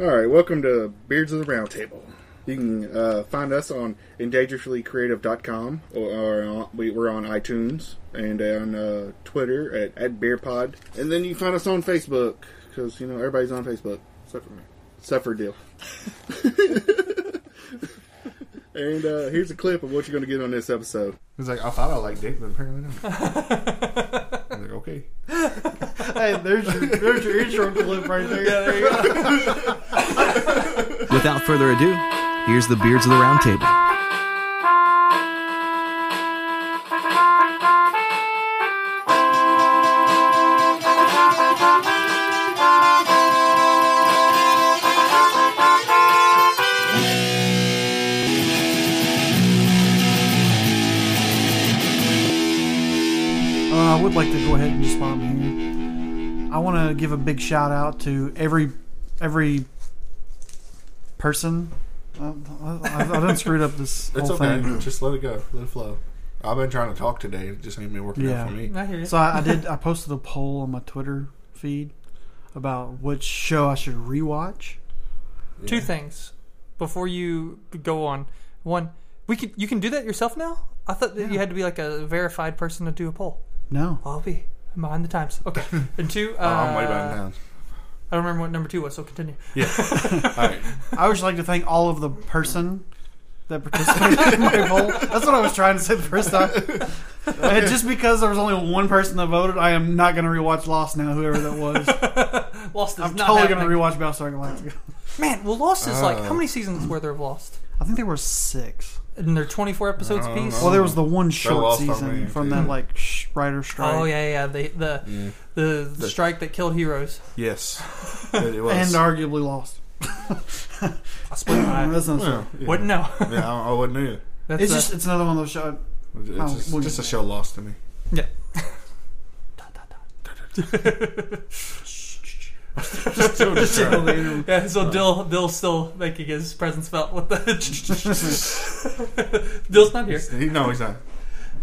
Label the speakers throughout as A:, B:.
A: All right, welcome to Beards of the Roundtable. You can uh, find us on endangerouslycreative.com, or, or on, we, we're on iTunes and on uh, Twitter at, at BeerPod. And then you can find us on Facebook, because, you know, everybody's on Facebook, except for me. Except for Dill. and uh, here's a clip of what you're going to get on this episode.
B: He's like, I thought I liked dick, but apparently not. I'm like, okay.
C: Hey, there's your, there's your intro clip right there.
D: Without further ado, here's the Beards of the Round Table.
C: Uh, I would like to go ahead and just while I'm here, I want to give a big shout out to every every person. I, I, I done screwed up this whole
B: It's okay.
C: thing.
B: Just let it go. Let it flow. I've been trying to talk today. It just ain't been working
C: Yeah.
B: out for me.
E: I hear you.
C: So I, I did. I posted a poll on my Twitter feed about which show I should rewatch.
E: Two things before you go on. One, we could you can do that yourself now. I thought that you had to be like a verified person to do a poll.
C: No,
E: I'll be I'm behind the times. Okay. And two, uh,
B: Oh, I'm way behind town.
E: I don't remember what number two was, so continue.
B: All right.
C: I would just like to thank all of the person that participated in my poll. That's what I was trying to say the first time. And just because there was only one person that voted, I am not going to rewatch Lost now. Whoever that was,
E: Lost is
C: I'm
E: not
C: totally going to
E: happening.
C: rewatch Battlestar Galactica.
E: Man, well, Lost is like
B: Oh.
E: how many seasons were there of Lost?
C: I think there were six.
E: And they're 24 episodes
B: I don't
E: apiece.
B: know.
C: Well, there was the one short
B: Lost on
C: season
B: me,
C: from
B: too.
C: that like sh- writer strike.
E: Oh yeah, yeah, the the, the the strike that killed heroes.
B: Yes. It was.
C: and arguably Lost.
E: I split my
C: That's not
B: Well, yeah.
E: Wouldn't know.
B: Yeah, I, I wouldn't either.
E: That's
C: It's
E: uh,
C: just it's another one of those shows.
B: It's
C: Oh,
B: just,
C: we'll
B: just a
C: get
B: show lost to me.
E: yeah.
B: Just trying.
E: Yeah, so Dill Dill's still making his presence felt with the Dill's not here.
B: He- no, he's not.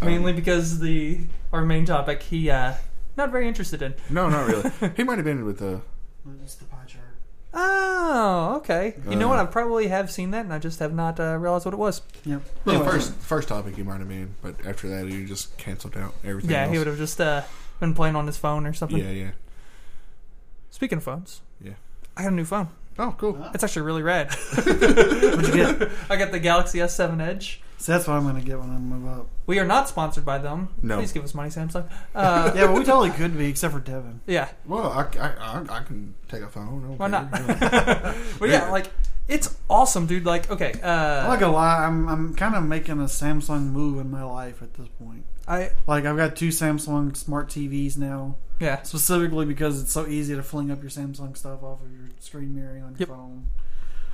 E: Mainly because the our main topic he uh not very interested in.
B: No, not really. He might have been with the.
C: It's the pie chart.
E: Oh, okay. You know
B: Uh.
E: what? I probably have seen that and I just have not uh, realized what it was.
C: Yep.
B: The
C: Anyway,
B: first first topic he might have been, but after that he just canceled out everything.
E: Yeah,
B: else.
E: he would have just uh been playing on his phone or something.
B: Yeah, yeah.
E: Speaking of phones.
B: Yeah.
E: I got a new phone.
B: Oh, cool.
E: It's actually really rad.
C: What'd you get?
E: I got the Galaxy S7 Edge.
C: So that's what I'm going to get when I move up.
E: We are not sponsored by them.
B: No.
E: Please give us money, Samsung. Uh,
C: Yeah, but we totally could be, except for Devin.
E: yeah.
B: Well, I, I, I, I can take a phone. I don't
E: Why not?
B: care.
E: But yeah, like it's awesome, dude. Like, okay,
C: I'm not
E: uh,
C: gonna lie, I'm I'm kind of making a Samsung move in my life at this point.
E: I
C: Like I've got two Samsung smart TVs now,
E: yeah,
C: specifically because it's so easy to fling up your Samsung stuff off of your screen mirroring on your
E: Yep.
C: phone.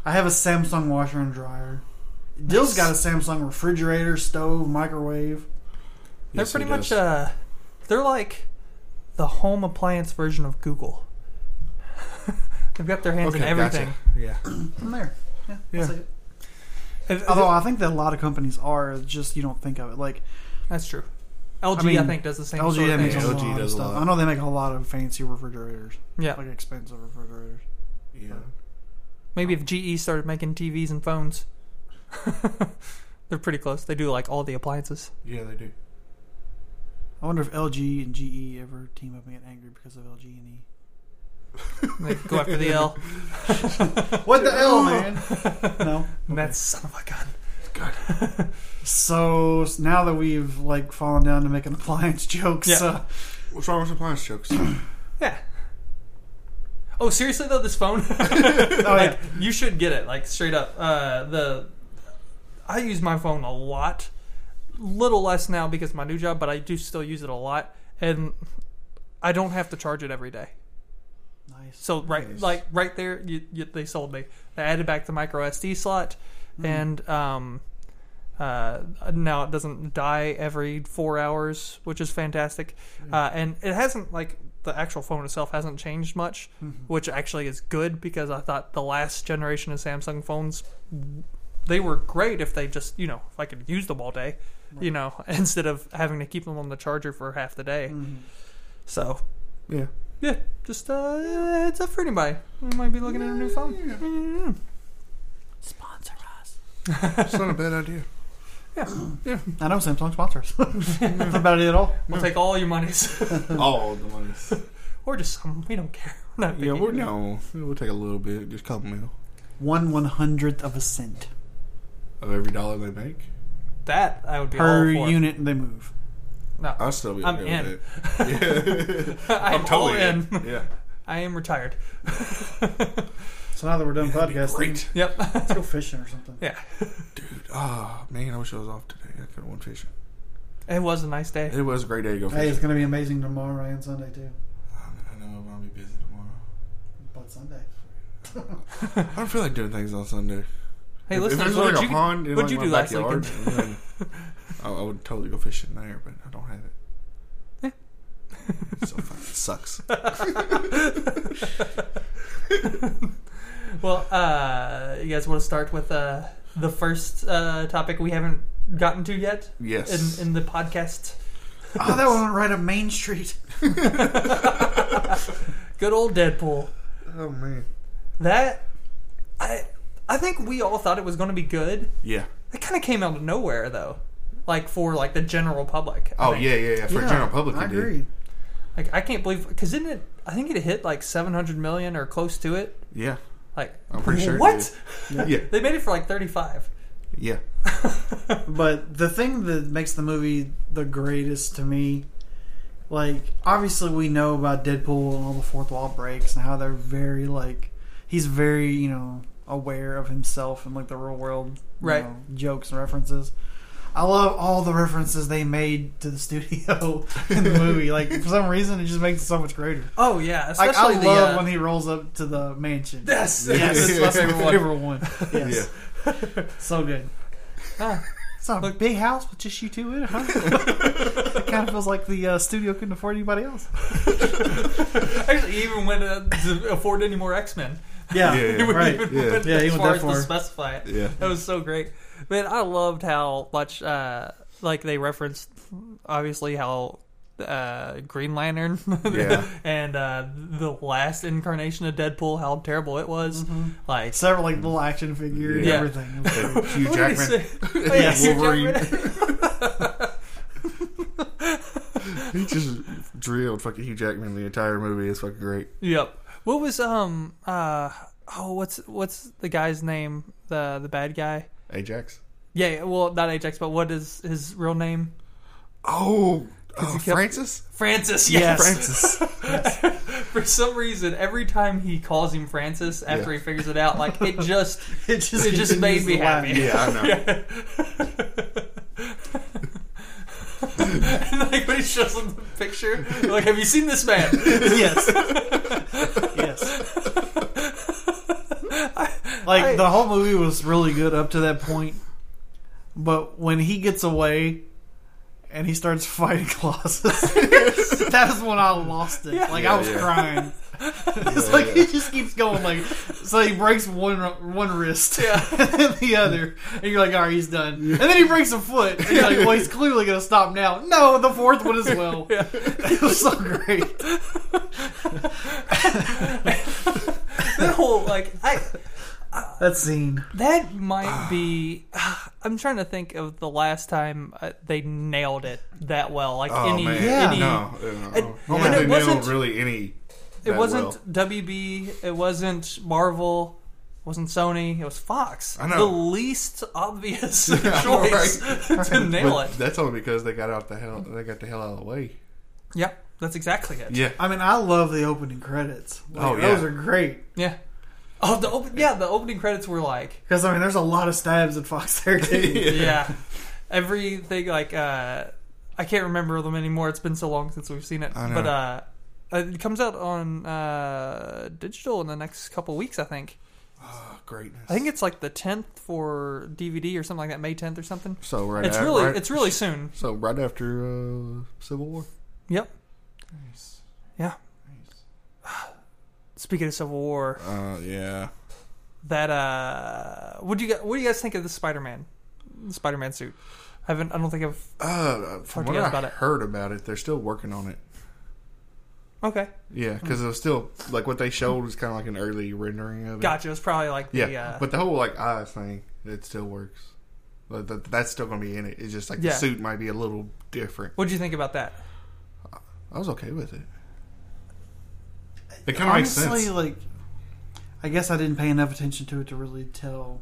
C: I have a Samsung washer and dryer. Dill's got a Samsung refrigerator, stove, microwave.
E: they're
B: Yes, he
E: pretty much
B: does.
E: uh, they're like the home appliance version of Google. They've got their hands in
B: Okay,
E: everything.
B: gotcha. Yeah.
C: I'm there. Yeah. I'll
B: Yeah.
C: see it.
E: If- if-
C: Although I think that a lot of companies are it's just you don't think of it. Like
E: that's true. LG, I,
C: mean,
E: think, does the same.
C: LG
E: sort
C: that
E: of
C: makes
E: thing.
C: a
B: Yeah, LG
C: lot of
B: does a
C: stuff.
B: lot.
C: I know they make a lot of fancy refrigerators,
E: Yeah,
C: like expensive refrigerators.
B: Yeah.
E: maybe if GE started making TVs and phones, they're pretty close. They do like all the appliances.
B: Yeah, they do.
C: I wonder if LG and GE ever team up and get angry because of LG and E.
E: They go after the L.
C: What the L, man? no.
E: And that's son of a gun.
C: So s- now that we've like fallen down to making appliance jokes,
E: Yeah.
C: uh,
B: What's wrong with appliance jokes?
E: Yeah. Oh, seriously though, this phone.
C: oh, yeah.
E: you should get it like straight up uh, the i use my phone a lot little less now because of my new job but i do still use it a lot and i don't have to charge it every day
C: nice.
E: so right like right there you, you, they sold me they added back the micro sd slot and um, uh, now it doesn't die every four hours which is fantastic uh, and it hasn't like the actual phone itself hasn't changed much which actually is good because i thought the last generation of samsung phones they were great if they just you know if i could use them all day you know instead of having to keep them on the charger for half the day so
B: yeah.
E: yeah, just uh, heads up for anybody who might be looking at a new phone. Mm.
C: Sponsor us.
F: It's not a bad idea.
C: I know Samsung sponsors. That's a bad idea at all.
E: We'll take all your monies,
F: All the monies.
E: or just some. We don't care. We're not
F: Yeah,
E: picky.
F: we're no. We'll take a little bit, just a couple mil
C: One one hundredth of a cent
F: of every dollar they make.
E: that I would be
C: per
E: all for.
C: unit they move.
E: No,
F: I'll still be okay
E: I'm in.
F: with it. Yeah.
E: I'm all in.
F: Yeah.
E: I am retired.
C: So now that we're done podcasting,
F: Great.
E: Yep.
C: let's go fishing or something.
E: yeah.
F: Ah, man, I wish I was off today. I could have went fishing.
E: It was a nice day.
F: It was a great day to go
C: Hey,
F: fishing.
C: it's gonna be amazing tomorrow and Sunday too.
F: I, mean, I know I'm gonna be busy tomorrow.
C: But Sunday. Oh,
F: I don't feel like doing things on Sunday.
E: Hey,
F: If- if
E: listeners,
F: there's,
E: what
F: like, a
E: did you,
F: pond in,
E: what'd
F: like,
E: you
F: my
E: do last
F: backyard,
E: weekend?
F: then I, I would totally go fishing there, but I don't have it. so fun. It sucks.
E: Well, uh, you guys want to start with uh, the first uh, topic we haven't gotten to yet
F: Yes.
E: in, in the podcast?
C: Oh, that one went right up Main Street.
E: Good old Deadpool.
F: oh man.
E: That I I think we all thought it was going to be good.
F: Yeah.
E: It kind of came out of nowhere though, like for like the general public. I
F: Oh
E: think.
F: yeah, yeah, yeah. For
C: Yeah,
F: general public,
C: I
F: it did.
C: agree.
E: Like I can't believe because didn't it? I think it hit like seven hundred million or close to it.
F: Yeah,
E: Like
F: I'm pretty sure. it
E: what?
F: did. Yeah,
E: They made it for like thirty five.
F: yeah.
C: But the thing that makes the movie the greatest to me, like obviously we know about Deadpool and all the fourth wall breaks and how they're very like he's very you know aware of himself and like the real world you
E: Right.
C: know, jokes and references. I love all the references they made to the studio in the movie. Like for some reason, it just makes it so much greater.
E: Oh yeah,
C: Like
E: especially
C: I
E: the,
C: love
E: uh,
C: when he rolls up to the mansion.
E: Yes,
C: Yes, that's my
F: Yeah.
C: favorite one.
F: Yeah.
C: Yes, so good.
E: Ah,
C: It's not a
E: Look-
C: big house with just you two in it, huh? it kind of feels like the uh, studio couldn't afford anybody else.
E: actually, even when uh, to afford any more X Men,
C: Yeah,
F: Yeah, yeah.
E: he wouldn't
C: right.
E: even
F: Yeah.
E: went
C: Yeah, he
E: as
C: went
E: far
C: that
E: as
C: far.
E: to specify it.
F: Yeah.
E: That was so great, man. I loved how much uh, like they referenced, obviously how uh, Green Lantern
F: Yeah.
E: and uh, the last incarnation of Deadpool, how terrible it was.
C: Mm-hmm.
E: Like
C: Several like little action figure and
E: Yeah.
C: everything. It was great.
F: Hugh Jackman.
E: What did he say? Oh, yeah, Hugh
F: Wolverine.
E: Jackman.
F: He just drilled fucking Hugh Jackman the entire movie. It's fucking great.
E: Yep. What was um uh oh what's what's the guy's name the the bad guy?
F: Ajax.
E: Yeah, yeah, well not Ajax, but what is his real name?
F: Oh,
E: he
F: uh,
E: kept-
F: Francis.
E: Francis. Yes.
F: Francis.
E: For some reason, every time he calls him Francis after
F: Yeah.
E: he figures it out, like it just
C: It just,
E: it just made me happy.
F: yeah, I know.
E: and like when he shows him the picture, like have you seen this man?
C: yes, yes. Like
E: I-
C: the whole movie was really good up to that point, but when he gets away and he starts fighting Colossus, that is when I lost it. Like I
F: Yeah,
C: was
F: yeah.
C: crying. it's like he just keeps going. Like so, he breaks one one wrist and then the other, and you're like, "All right, he's done." And then he breaks a foot, and you're like, "Well, he's clearly gonna stop now." No, the fourth one as well. It was so great.
E: That whole like I
C: That scene.
E: That might be. I'm trying to think of the last time uh, they nailed it that well. Like
F: Oh
E: any,
F: man,
C: Yeah.
E: any.
F: no, no.
E: and-
F: I don't think
E: and it
F: they nailed
E: wasn't-
F: really any.
E: It
F: that
E: wasn't
F: well.
E: WB. It wasn't Marvel. It wasn't Sony. It was Fox.
F: I know.
E: the least obvious
F: Yeah,
E: choice to nail
F: But
E: it.
F: that's only because they got out the hell. They got the hell out of the way.
E: Yeah, that's exactly it.
F: Yeah.
C: I mean, I love the opening credits. Like,
F: Oh, yeah.
C: those are great
E: Yeah. Oh, the open, yeah. The opening credits were like
C: because I mean, there's a lot of stabs at Fox there too.
E: yeah. Everything like uh I can't remember them anymore. It's been so long since we've seen it.
F: I know.
E: But uh it comes out on uh digital in the next couple weeks, I think.
F: Oh, greatness.
E: I think it's like the 10th for DVD or something like that, May 10th or something.
F: so right.
E: it's
F: at-
E: really
F: right-
E: it's really soon.
F: So right after uh, Civil War.
E: Yep. Yeah. Speaking of Civil War,
F: Uh, yeah.
E: that uh what do you gu- what do you guys think of the Spider-Man? The Spider-Man suit. I haven't I don't think I've
F: Uh, from
E: Talk to
F: what
E: you guys
F: I
E: about it.
F: heard about it, they're still working on it.
E: Okay.
F: Yeah, because it was still like what they showed was kind of like an early rendering of it.
E: Gotcha. It's probably like the
F: Yeah,
E: uh,
F: but the whole like eyes thing, it still works. But th- that's still gonna be in it. It's just like
E: Yeah.
F: the suit might be a little different.
E: What'd you think about that?
F: I was okay with it. It kind of makes
C: Honestly,
F: sense.
C: like, I guess I didn't pay enough attention to it to really tell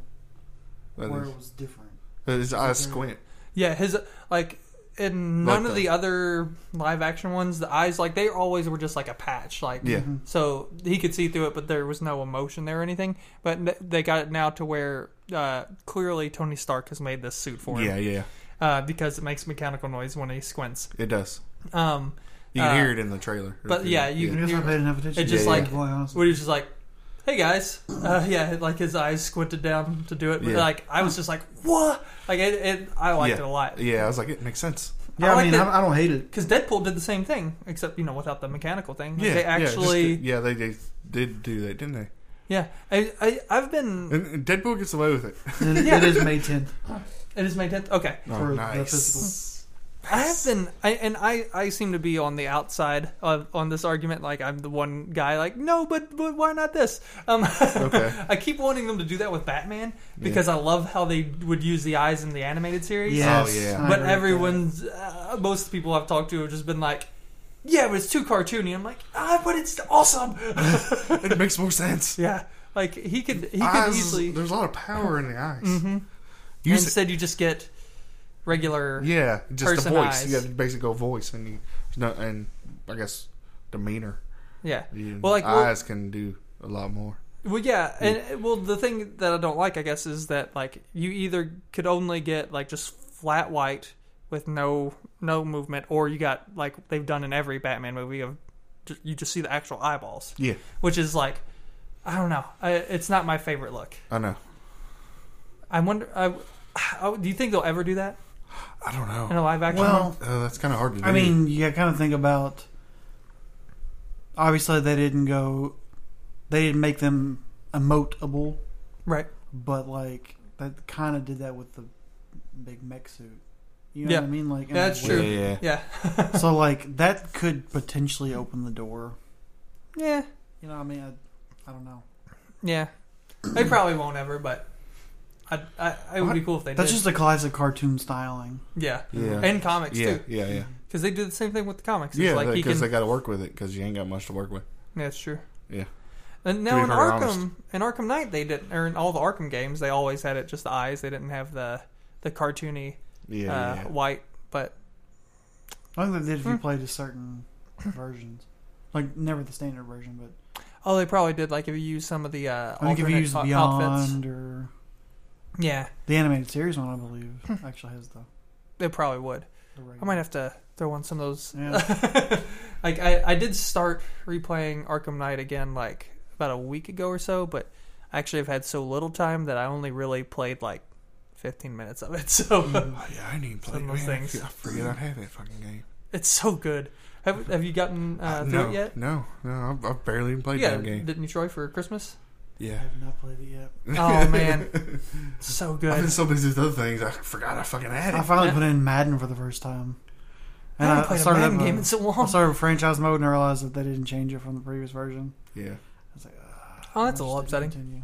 F: That
C: where
F: is-
C: it was different.
F: His eyes squint.
E: Yeah, his like in none
F: Like
E: of
F: the-
E: the other live action ones, the eyes like they always were just like a patch, like
F: Yeah. Mhm.
E: So he could see through it, but there was no emotion there or anything. But n- they got it now to where uh, clearly Tony Stark has made this suit for him
F: Yeah, yeah,
E: uh, because it makes mechanical noise when he squints.
F: it does.
E: Um,
F: You can
E: Uh,
F: hear it in the trailer.
E: but yeah, you
C: I
E: can
C: guess I
E: hear
C: paid enough attention.
E: It just
C: to
E: like-
C: boy, honestly.
E: where he's just like, "Hey guys," uh, yeah, like his eyes squinted down to do it. But
F: Yeah.
E: like I was just like, "What?" Like it, it I liked
F: yeah.
E: it a lot.
F: Yeah, I was like, it makes sense.
C: yeah, I,
E: like
C: mean,
E: that-
C: I, I don't hate it.
E: Because Deadpool did the same thing, except you know without the mechanical thing. Like,
F: Yeah,
E: they
F: yeah, just
E: actually,
F: the- yeah, they, they did do that, didn't they?
E: yeah. I, I, I've been.
F: And, and Deadpool gets away with it.
C: It,
E: Yeah.
C: it is May 10th.
E: It is May tenth. Okay,
F: Oh,
C: For the
F: nice.
C: physical.
E: I have been, I, and I, I seem to be on the outside of on this argument. Like I'm the one guy, like no, but but why not this? Um,
F: Okay.
E: I keep wanting them to do that with Batman because I love how they would use the eyes in the animated series.
C: Yes,
F: yeah.
C: I
E: Oh, but
C: agree with
E: everyone's uh, most people I've talked to have just been like, yeah, but it's too cartoony. I'm like, ah, but it's awesome.
F: it makes more sense.
E: yeah, like he could he could
F: Eyes,
E: easily. Mm-hmm.
F: There's a lot of power in the eyes.
E: You
F: You said,
E: Instead, you just get regular.
F: yeah, just the
E: person
F: voice.
E: eyes.
F: You got to basically go voice and you, no, and I guess demeanor.
E: Yeah.
F: You,
E: Well, like, well-
F: eyes can do a lot more.
E: Well, yeah, and uh, well, the thing that I don't like, I guess, is that like you either could only get like just flat white with no no movement, or you got like they've done in every Batman movie of ju- you just see the actual eyeballs,
F: Yeah,
E: which is like I don't know, I, it's not my favorite look.
F: I know.
E: I wonder, I, I- do you think they'll ever do that
F: I don't
E: in
F: know.
E: a live action? one?
C: Well,
F: Uh, that's kind of hard to do.
C: I mean, you kind of think about. Obviously, they didn't go. They didn't make them emoteable,
E: right?
C: but like that kind of did that with the big mech suit. You know
E: Yeah.
C: what I mean? Like in a
E: That's
C: way.
E: true.
F: yeah.
E: Yeah,
C: So like that could potentially open the door.
E: yeah,
C: You know, what I mean, I, I don't know.
E: yeah. They probably won't ever, but I, I, it would be cool if they
C: That's
E: did.
C: just a classic cartoon styling.
E: yeah.
F: Yeah.
E: and comics
F: yeah,
E: too.
F: yeah, yeah,
E: Because they do the same thing with the comics. It's
F: yeah.
E: like
F: Because
E: he can.
F: they got to work with it because you ain't got much to work with.
E: Yeah, that's true.
F: Yeah.
E: And
F: To
E: now
F: be
E: in
F: very
E: Arkham,
F: honest.
E: in Arkham Knight, they didn't, or in all the Arkham games, they always had it just the eyes. They didn't have the the cartoony
F: Yeah,
E: uh,
F: yeah.
E: white. But
C: I think they did if you
E: Hmm.
C: played a certain versions, like never the standard version, but
E: oh, they probably did. Like if you use some of the uh,
C: I think if you
E: alternate
C: use
E: o-
C: Beyond
E: outfits,
C: or
E: yeah,
C: the animated series one, I believe actually has the.
E: they probably would.
C: the regular.
E: Hmm. I might have to throw on some of those.
C: Yeah.
E: like I, I did start replaying Arkham Knight again like about a week ago or so, but I actually have had so little time that I only really played like 15 minutes of it. So
F: Oh, yeah, I need to play.
E: Some of those
F: man, I
E: things.
F: f- I forget I have that fucking game.
E: It's so good. Have, have you gotten uh, through
F: no,
E: it yet?
F: no, no. I've, I've barely even played
E: Yeah,
F: that game.
E: didn't you try for Christmas?
C: I
F: Yeah,
C: have not played it yet.
E: Oh man, so
F: I've been
E: good.
F: so busy with other things, I forgot I fucking had
C: I
F: it.
C: finally
E: Yeah.
C: put in Madden for the first time.
E: I haven't played a
C: up
E: Madden
C: a-
E: game in so
C: I
E: long.
C: started with franchise mode and I realized that they didn't change it from the previous version.
F: Yeah,
C: I was like, "Ugh,
E: Oh, that's a
C: I
E: little
C: just didn't
E: upsetting.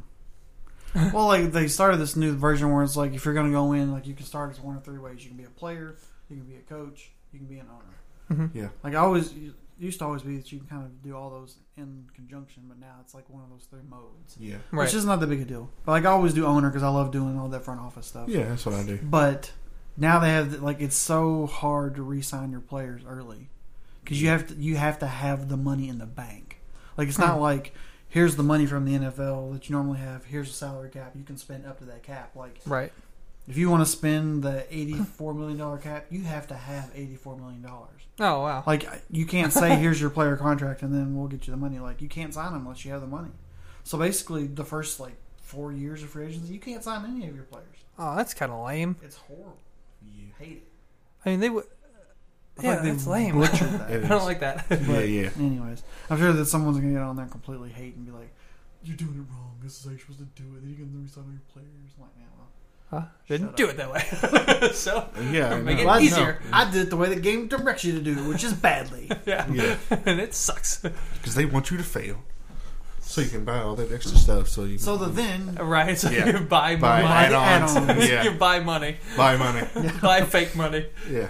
C: continue." well, like they started this new version where it's like if you're going to go in, like you can start as one of three ways. You can be a player, you can be a coach, you can be an owner.
E: Mhm.
F: Yeah.
C: Like I always it used to always be that you can kind of do all those in conjunction, but now it's like one of those three modes,
F: yeah,
E: Right.
C: which is not that big a deal. But like I always do owner because I love doing all that front office stuff.
F: yeah. That's what I do.
C: But now they have like it's so hard to re-sign your players early because you have to you have to have the money in the bank. Like it's not like here's the money from the NFL that you normally have. Here's a salary cap. You can spend up to that cap. Like
E: right.
C: if you want to spend the eighty-four million dollar cap, you have to have eighty-four million dollars.
E: Oh wow.
C: Like you can't say here's your player contract and then we'll get you the money. Like you can't sign them unless you have the money. So basically, the first like four years of free agency, you can't sign any of your players.
E: Oh, that's kind of lame.
C: It's horrible.
F: Yeah,
C: Hate it.
E: I mean, they would.
C: I
E: Yeah,
C: think they
E: that's lame.
C: Butchered that.
E: I don't like that.
F: yeah, yeah.
C: Anyways, I'm sure that someone's gonna get on there and completely hate and be like, "You're doing it wrong. This is how you're supposed to do it. Then you can resign all your players." I'm like, man, well,
E: Huh? Didn't do it that way. so
F: Yeah, I
E: make
F: know.
E: it
C: Well, I-
E: easier.
C: I did it the way the game directs you to do, it, which is badly.
E: Yeah.
F: Yeah,
E: and it sucks.
F: because they want you to fail, so you can buy all that extra stuff. So you
C: So the then
E: right. So
F: Yeah.
E: you buy
F: buy
E: money.
F: add-ons,
C: add-ons.
E: You
F: yeah,
E: buy money.
F: buy money,
E: Buy fake money.
F: yeah.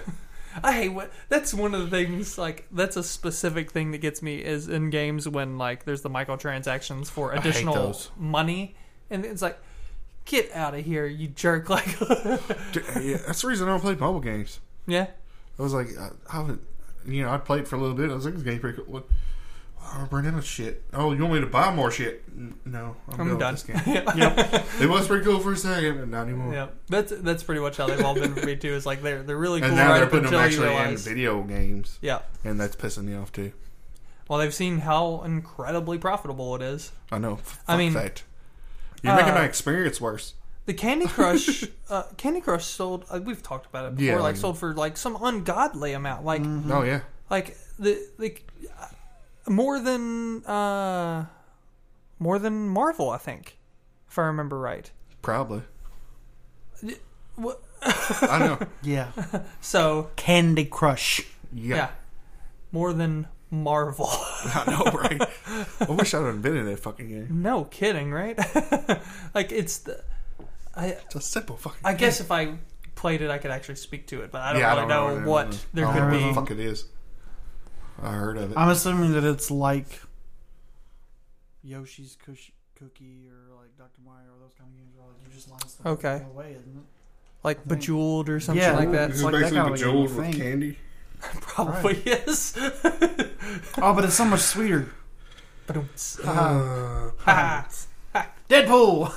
E: I hate what that's one of the things like that's a specific thing that gets me is in games when like there's the microtransactions for
F: hate
E: additional
F: those.
E: money and it's like get out of here you jerk like
F: D- yeah. That's the reason I don't play mobile games.
E: yeah
F: I was like, I, I would, you know, I played for a little bit. I was like, this game's pretty cool. What? Oh, we're running out of shit. Oh, you want me to buy more shit? N- No, I'm,
E: I'm
F: done.
E: done.
F: With this game. It was pretty cool for a second, but not anymore.
E: yeah that's that's pretty much how they've all been for me too is like they're they're really cool
F: And now
E: right
F: they're
E: up
F: putting them
E: until you
F: actually in
E: realize
F: video games,
E: yeah
F: and that's pissing me off too.
E: well they've seen how incredibly profitable it is
F: I know. F-
E: I
F: fuck
E: mean,
F: that. you're making
E: uh,
F: my experience worse.
E: The Candy Crush, uh, Candy Crush sold. Uh, we've talked about it before.
F: Yeah,
E: like
F: yeah.
E: sold for like some ungodly amount. Like
F: Oh yeah,
E: like the like uh, more than uh more than Marvel, I think, if I remember right.
F: probably.
E: What?
F: I know.
C: yeah,
E: So
C: Candy Crush.
E: yeah,
F: Yeah,
E: more than Marvel.
F: I know, right? I wish I'd invented that fucking game.
E: no kidding, right? like it's the I
F: It's a simple fucking.
E: I guess if I played it, I could actually speak to it, but I don't
F: yeah,
E: really
F: I don't
E: know,
F: know
E: what there
F: I
E: could
F: don't know
E: be. Um,
F: what the fuck it is. I heard of it.
C: I'm assuming that it's like Yoshi's Cush- Cookie or like Dr. Mario or those kind of games where like you just line stuff up
E: Okay.
C: and go away, isn't it?
E: like Bejeweled or something
C: Yeah.
E: like that.
C: Is it like that basically kind of a Bejeweled game, I with think.
F: candy?
E: Probably is.
C: Oh, but it's so much sweeter.
E: but it's,
F: Uh,
E: Ah.
C: Deadpool.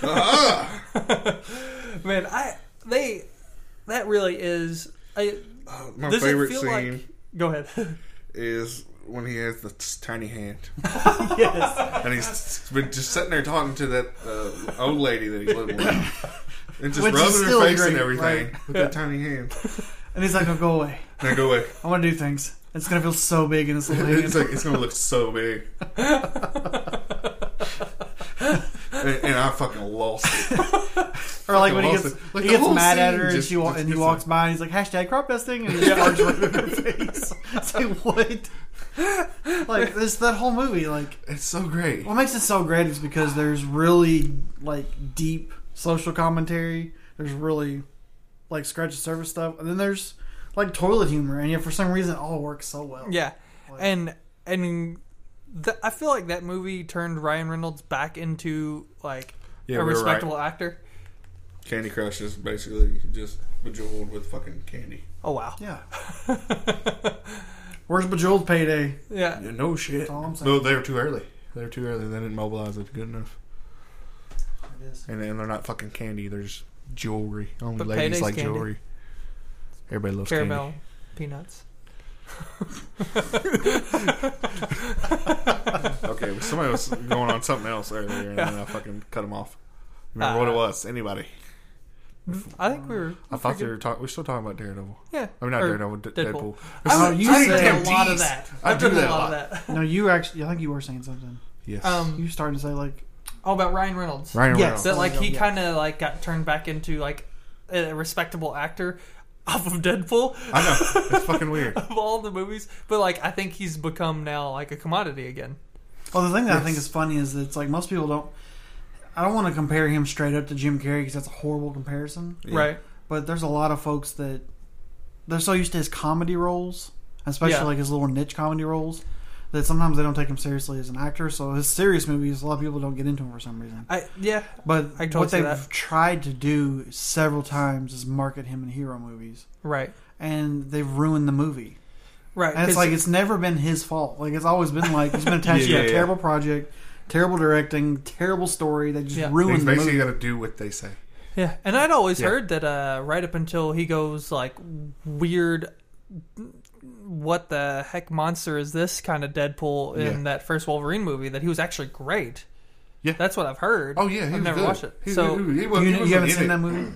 E: man, I they that really is. I,
F: my
E: uh, does
F: favorite
E: it feel
F: scene
E: like? Go ahead.
F: is when he has the t- tiny hand,
C: yes.
F: and he's been just sitting there talking to that uh, old lady that he's living with, and just
C: Which is
F: rubbing
C: still
F: her face
C: great,
F: and everything
C: right?
F: with that tiny hand.
C: And he's like, "No, go away.
F: And I go like,
C: I want to do things. It's gonna feel so big in this little hand."
F: it's like it's gonna look so big. and, and I fucking lost it.
C: or like when he
F: lost
C: gets,
F: it. Like
C: he
F: the
C: gets
F: whole
C: mad at
F: scene
C: her and
F: just-
C: she wa- and he
F: just-
C: walks by and he's like, "Hashtag crop dusting," and he just starts rubbing her face. It's like what? Like this that whole movie like.
F: It's so great.
C: What makes it so great is because there's really like deep social commentary. There's really like scratch the surface stuff, and then there's like toilet humor, and yet for some reason it all works so well.
E: Yeah, and and th- I feel like that movie turned Ryan Reynolds back into like
F: Yeah,
E: a
F: we were right.
E: respectable actor.
F: Candy Crush is basically just bejeweled with fucking candy.
E: Oh wow,
C: yeah. Where's Bejeweled payday?
E: yeah,
F: no shit.
C: all I'm saying.
F: No, they were too early. They were too early. They didn't mobilize it good enough. And, and they're not fucking candy. They're just jewelry. Only
E: But
F: ladies
E: Payday's
F: like
E: candy.
F: jewelry. Everybody loves
E: caramel peanuts.
F: candy. Okay, but somebody was going on something else earlier, and then I fucking cut them off. Remember what it
E: Ah.
F: was? Anybody?
E: I think we were.
F: I thought they were talking. We're still talking about Daredevil.
E: Yeah,
F: I mean, not
E: Or
F: Daredevil. D-
E: Deadpool.
F: Deadpool.
E: I,
C: Oh,
E: was-
C: you
E: I
C: said
E: did a lot of
F: tease.
E: that.
F: I do
E: did
F: that
E: a
F: a
E: lot of that.
C: No, you were actually. I think you were saying something.
F: Yes.
E: Um,
C: You were starting to say like,
E: all about Ryan Reynolds.
F: Ryan
C: yes.
F: Reynolds.
E: So like he
C: Yeah.
E: kind of like got turned back into like a respectable actor off of Deadpool
F: I know. It's fucking weird.
E: of all the movies, but like I think he's become now like a commodity again.
C: well, the thing that I think is funny is that it's like most people don't. I don't want to compare him straight up to Jim Carrey because that's a horrible comparison.
E: Right.
C: But there's a lot of folks that they're so used to his comedy roles, especially
E: Yeah.
C: like his little niche comedy roles, that sometimes they don't take him seriously as an actor. So his serious movies, a lot of people don't get into him for some reason.
E: I yeah.
C: But
E: I can totally
C: what
E: see
C: they've
E: that.
C: tried to do several times is market him in hero movies,
E: Right.
C: and they've ruined the movie.
E: Right.
C: And
E: 'cause-
C: it's like it's never been his fault. Like it's always been like he's been attached
F: Yeah,
C: to a
F: yeah,
C: terrible project, terrible directing, terrible story. They just
E: Yeah.
F: He's
C: ruined the
F: basically
C: movie.
F: got to do what they say.
E: yeah. And I'd always
F: Yeah.
E: heard that uh right up until he goes like weird what the heck monster is this kind of Deadpool in
F: Yeah.
E: that first Wolverine movie that he was actually great.
F: Yeah.
E: That's what I've heard.
F: Oh yeah, he
E: I've
F: was
E: never
F: good.
E: watched it.
F: He,
E: so
F: he, he, was,
C: You,
F: he
C: you
F: wasn't
C: haven't
F: in
C: seen
F: it.
C: that movie?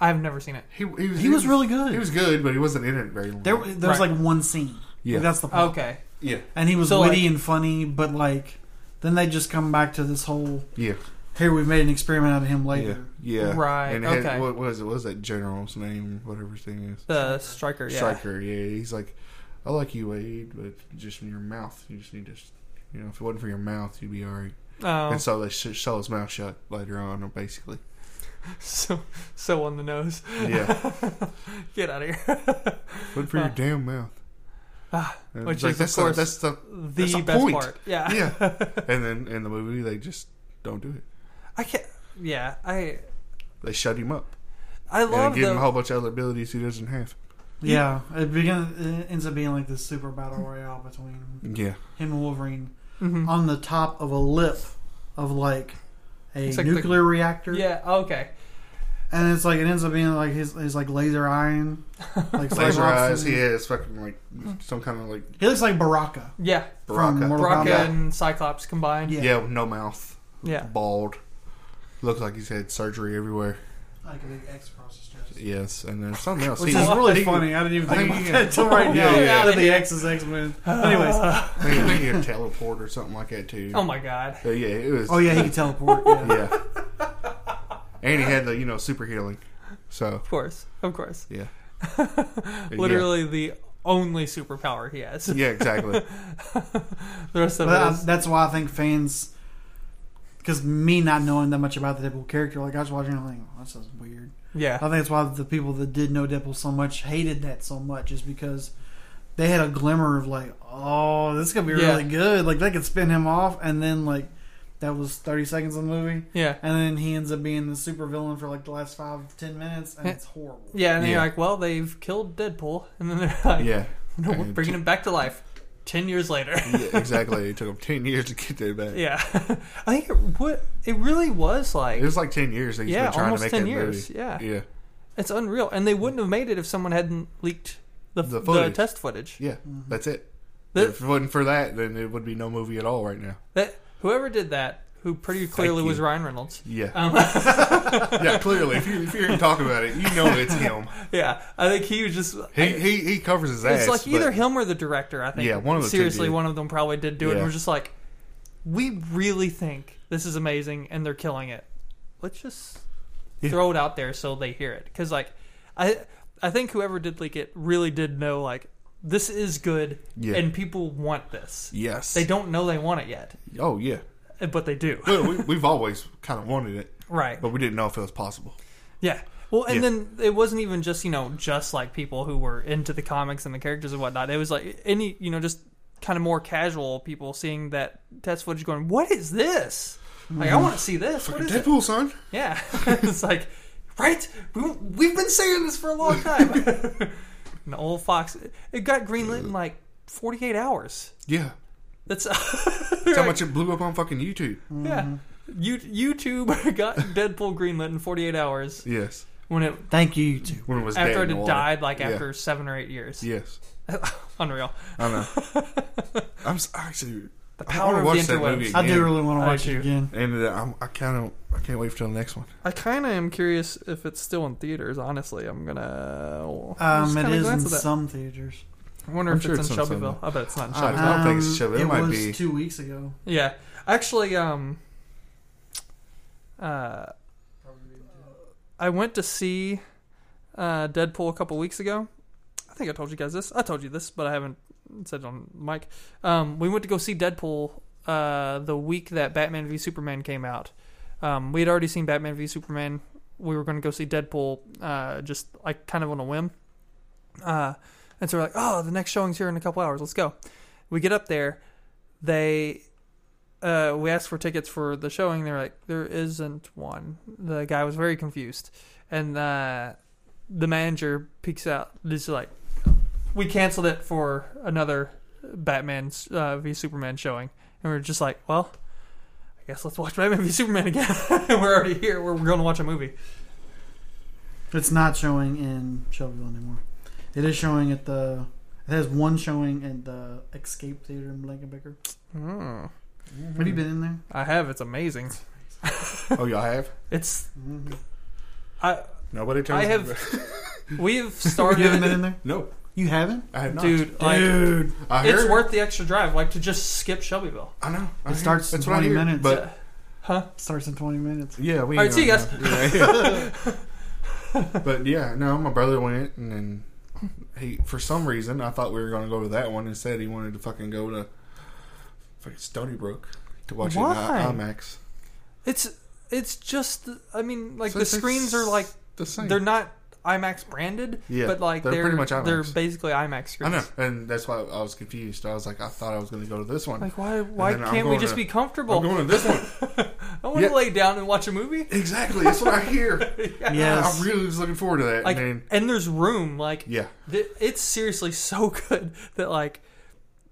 E: I've never seen it.
F: He, he was,
C: He was really good.
F: He was good, but he wasn't in it very long.
C: There, there was like one scene.
F: Yeah.
C: Like, that's the point.
E: Okay.
F: yeah,
C: and he was
E: So,
C: witty
E: like-
C: and funny, but like then they just come back to this whole
F: yeah.
C: Here we made an experiment out of him
F: Yeah,
C: later.
F: yeah.
E: Right,
F: And it had-
E: okay.
F: what was it? What was that general's name? Whatever his thing is.
E: The striker, yeah.
F: Striker. Yeah, he's like, I like you, Wade, but just in your mouth, you just need to, you know, if it wasn't for your mouth, you'd be alright.
E: Oh,
F: And so they sh- saw his mouth shut later on, or basically.
E: so so on the nose.
F: Yeah,
E: Get out of here.
F: but for your damn mouth.
E: Ah,
F: And it's
E: which
F: like,
E: is, of
F: that's the-
E: course,
F: that's the
E: the
F: That's the
E: best
F: point.
E: part. Yeah.
F: yeah. and then in the movie, they just don't do it.
E: I can't. Yeah, I
F: They shut him up
E: I
F: and
E: love
F: give
E: the.
F: him a whole bunch of other abilities he doesn't have.
C: Yeah, it begins. It ends up being like this super battle royale between
F: Yeah,
C: him and Wolverine
F: Uh,
E: Mhm.
C: on the top of a lip of like a
E: It's like the-
C: nuclear reactor.
E: Yeah. Okay.
C: and it's like it ends up being like his, his like laser iron, like
F: laser
C: Cyclops
F: eyes.
C: and-
F: He has fucking like some kind of like
C: He looks like Baraka
E: Yeah.
C: from
F: Baraka.
C: Mortal
E: Rocket
C: Kombat.
E: and Cyclops combined.
C: Yeah.
F: Yeah. with no mouth.
E: Yeah.
F: Bald. Looks like he's had surgery everywhere.
C: Like a big X across his chest.
F: Yes, and there's something else.
C: Which
F: He-
C: is really
F: he-
C: funny. I didn't even
F: I
C: think
F: think
C: about
F: he-
C: that until right now.
F: Yeah, yeah.
C: Out of the X is X Men. Anyways,
F: I think, I think he can teleport or something like that too.
E: Oh my god.
F: But yeah, it was.
C: oh yeah, he can teleport. Yeah.
F: yeah. and he had the you know super healing. So
E: Of course. Of course.
F: yeah, But
E: Literally the only superpower he has.
F: Yeah, yeah exactly.
E: The rest of
C: But I,
E: it is.
C: that's why I think fans, because me not knowing that much about the Deadpool character, like I was watching, I'm like, oh, this is weird. I
E: Yeah.
C: think that's why the people that did know Deadpool so much hated that so much, is because they had a glimmer of like, oh, this is gonna be
E: Yeah.
C: really good. Like they could spin him off, and then like that was 30 seconds of the movie,
E: Yeah.
C: and then he ends up being the super villain for like the last five, ten minutes, and
E: Yeah.
C: it's horrible.
E: Yeah, and then you're
F: Yeah.
E: like, well, they've killed Deadpool, and then they're like,
F: Yeah.
E: no, we're
F: And
E: bringing
F: t-
E: him back to life. Ten years later.
F: yeah, exactly. It took him ten years to get that back.
E: yeah, I think it what it really was like.
F: It was like ten years that he's
E: Yeah,
F: been trying
E: almost
F: to make
E: 10
F: that
E: years,
F: movie.
E: yeah.
F: yeah,
E: it's unreal, and they wouldn't have made it if someone hadn't leaked the
F: The
E: the,
F: footage.
E: test footage.
F: yeah. That's it.
E: The-
F: if it wasn't for that, then it would be no movie at all right now.
E: That whoever did that, who pretty clearly was
F: you.
E: Ryan Reynolds.
F: Yeah. yeah, clearly. If you if you're even talking about it, you know it's him.
E: Yeah, I think he was just.
F: He he, he covers his ass.
E: it's like either
F: but-
E: him or the director. I think.
F: Yeah, one of the two
E: seriously,
F: did.
E: one of them probably did do it.
F: Yeah.
E: and We're just like, we really think this is amazing, and they're killing it. Let's just
F: Yeah.
E: throw it out there so they hear it, because like, I I think whoever did leak it really did know like this is good,
F: Yeah.
E: and people want this.
F: Yes.
E: They don't know they want it yet,
F: Oh yeah.
E: but they do.
F: Well, we, we've always kind of wanted it,
E: right.
F: but we didn't know if it was possible.
E: Yeah. Well, and
F: Yeah.
E: then it wasn't even just you know just like people who were into the comics and the characters and whatnot. It was like any you know just kind of more casual people seeing that test footage going, "What is this? Like, I want to see this. What is it?"
F: Deadpool, son.
E: Yeah, it's like right. We we've been saying this for a long time. and old Fox, it got greenlit in like forty eight hours.
F: Yeah.
E: That's
F: That's how much Mm-hmm. it blew up on fucking YouTube.
E: yeah. You, YouTube got Deadpool greenlit in 48 hours
F: Yes.
E: when it
C: Thank you, YouTube.
F: When it was dead
E: after it
F: in the
E: had
F: water.
E: died, like
F: Yeah.
E: after seven or eight years.
F: Yes.
E: Unreal.
F: I know. I'm s- actually. The
E: power of the interwebs.
C: I do
F: again.
C: really want to
E: I
C: watch
E: do.
C: it again.
F: And uh, I'm, I kind of I can't wait till the next one.
E: I kind of am curious if it's still in theaters. Honestly, I'm gonna. I'm just
C: Um, it is
E: kinda
C: in
E: glance at that.
C: some Uh, theaters.
E: I wonder
F: I'm
E: if
F: sure
E: it's,
F: it's
E: in
F: on some-
E: Shelbyville. I bet it's not in
F: I
E: Shelbyville.
F: don't think it's Chevy. It
E: Um,
F: might
C: Um, was
F: be-
C: two weeks ago.
E: yeah, actually, um, uh, I went to see uh, Deadpool a couple weeks ago. I think I told you guys this. I told you this, but I haven't said it on mic. Um, we went to go see Deadpool uh, the week that Batman v Superman came out. Um, we had already seen Batman v Superman. We were going to go see Deadpool uh, just like kind of on a whim. Uh, and so we're like, oh, the next showing's here in a couple hours. Let's go. We get up there. They uh, we asked for tickets for the showing. They're like, there isn't one. The guy was very confused, and uh, the manager peeks out. He's like, we canceled it for another Batman uh, v Superman showing, and we're just like, well, I guess let's watch Batman v Superman again. we're already here. We're, we're going to watch a movie.
C: It's not showing in Shelbyville anymore. It is showing at the. It has one showing at the Escape Theater in Blankenbaker.
E: Mm.
C: Have you been in there?
E: I have. It's amazing.
F: Oh, y'all have?
E: It's. I
F: Nobody tells
E: I
F: me
E: have.
F: about-
E: We've
C: You haven't been in
E: started.
C: there.
F: No,
C: You haven't.
F: I have not.
E: Dude, like,
C: Dude,
F: I
E: it's
F: heard-
E: worth the extra drive, like to just skip Shelbyville.
F: I know. I
C: it starts in
F: what I
C: twenty
F: hear,
C: minutes.
F: But
E: Huh?
C: Starts in 20 minutes.
F: Yeah, we.
E: All right, see you
F: uh,
E: guys.
F: yeah, yeah. but yeah, no, my brother went and then he, for some reason, I thought we were going to go to that one. Instead, he wanted to fucking go to fucking Stony Brook to watch it
E: Why?
F: in I- IMAX.
E: It's it's just I mean like
F: So
E: the
F: it's
E: screens are like
F: the same.
E: they're not IMAX branded,
F: Yeah,
E: but like they're,
F: they're pretty much IMAX.
E: they're basically IMAX
F: I
E: screens.
F: know, and that's why I was confused. I was like, I thought I was going to go to this one.
E: Like why why
F: then I'm
E: can't we
F: going
E: just
F: to-
E: be
F: I'm
E: comfortable?
F: going to this one.
E: I want to
F: Yeah.
E: lay down and watch a movie.
F: exactly, that's what I hear.
C: Yes.
F: I'm really just looking forward to that.
E: Like
F: and then,
E: and there's room like
F: yeah,
E: Th- it's seriously so good that like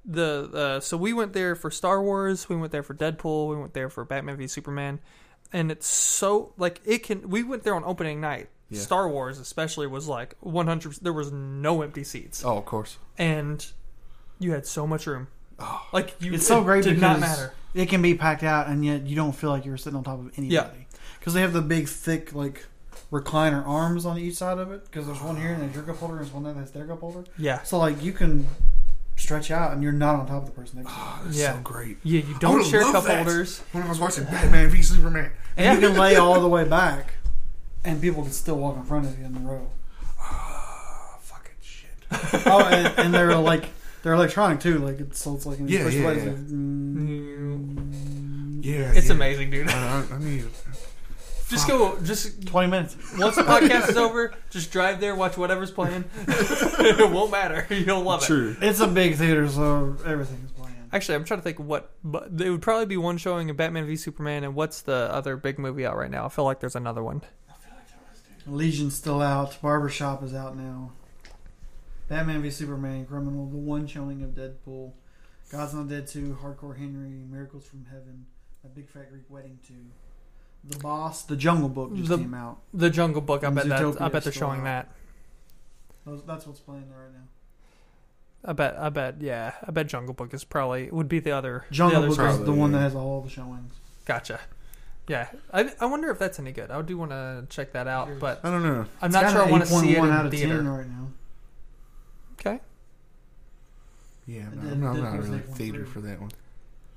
E: the uh, so we went there for Star Wars, we went there for Deadpool, we went there for Batman v Superman, and it's so like it can. We went there on opening night.
F: Yeah.
E: Star Wars especially was like 100. There was no empty seats,
F: oh, of course.
E: and you had so much room. Like you,
C: Oh, It's so great
E: It did
C: because
E: not matter.
C: it can be packed out, and yet you don't feel like you're sitting on top of anybody.
E: Yeah.
C: Because they have the big, thick, like recliner arms on each side of it. Because there's one here and there's your cup holder, and there's one there that's their cup holder.
E: Yeah,
C: So like you can stretch out, and you're not on top of the person next to you.
F: Oh, That's
E: Yeah.
F: so great.
E: yeah. You
F: I
E: don't
F: would've
E: share
F: loved
E: cup
F: that
E: holders.
F: When I was watching Batman v Superman,
C: And you can lay all the way back, and people can still walk in front of you in the row.
F: oh, fucking shit.
C: Oh, and, and they're like they're electronic too. Like it's so it's like
F: Yeah, yeah,
C: buttons,
F: yeah.
C: like, mm,
F: Yeah,
E: It's
F: yeah.
E: amazing, dude.
F: I, I, I need.
E: Just go. Just
C: twenty minutes.
E: once the podcast is over, just drive there, watch whatever's playing. it won't matter. You'll love it.
F: True.
C: It's a big theater, so everything is playing.
E: Actually, I'm trying to think what, but it would probably be one showing of Batman v Superman, and what's the other big movie out right now? I feel like there's another one.
C: Legion's still out. Barbershop is out now. Batman v Superman, Criminal, The One Showing of Deadpool, God's Not Dead 2, Hardcore Henry, Miracles from Heaven, A Big Fat Greek Wedding 2, The Boss, The Jungle Book just
E: The-
C: came out.
E: The Jungle Book. I
C: And
E: bet that. I
C: Zootopia
E: bet they're
C: is still
E: showing
C: out.
E: that.
C: Those, that's what's playing there right now.
E: I bet. I bet. Yeah. I bet Jungle Book is probably would be the other.
C: Jungle
E: the
C: Book
E: other
C: is
E: screen.
C: the
F: probably,
C: one that
F: yeah.
C: has all the showings.
E: Gotcha. Yeah. I, I wonder if that's any good. I do want to check that out, but
F: I don't know.
E: I'm
C: It's
E: not
C: got
E: sure I
C: an
E: want to see it
C: 8.1 out
E: in
C: of 10
E: theater.
C: right now.
E: Okay.
F: Yeah,
C: That-
F: no, I'm not, I'm
C: that
F: not
C: gives
F: really
C: that one
F: theater
C: free.
F: for that one.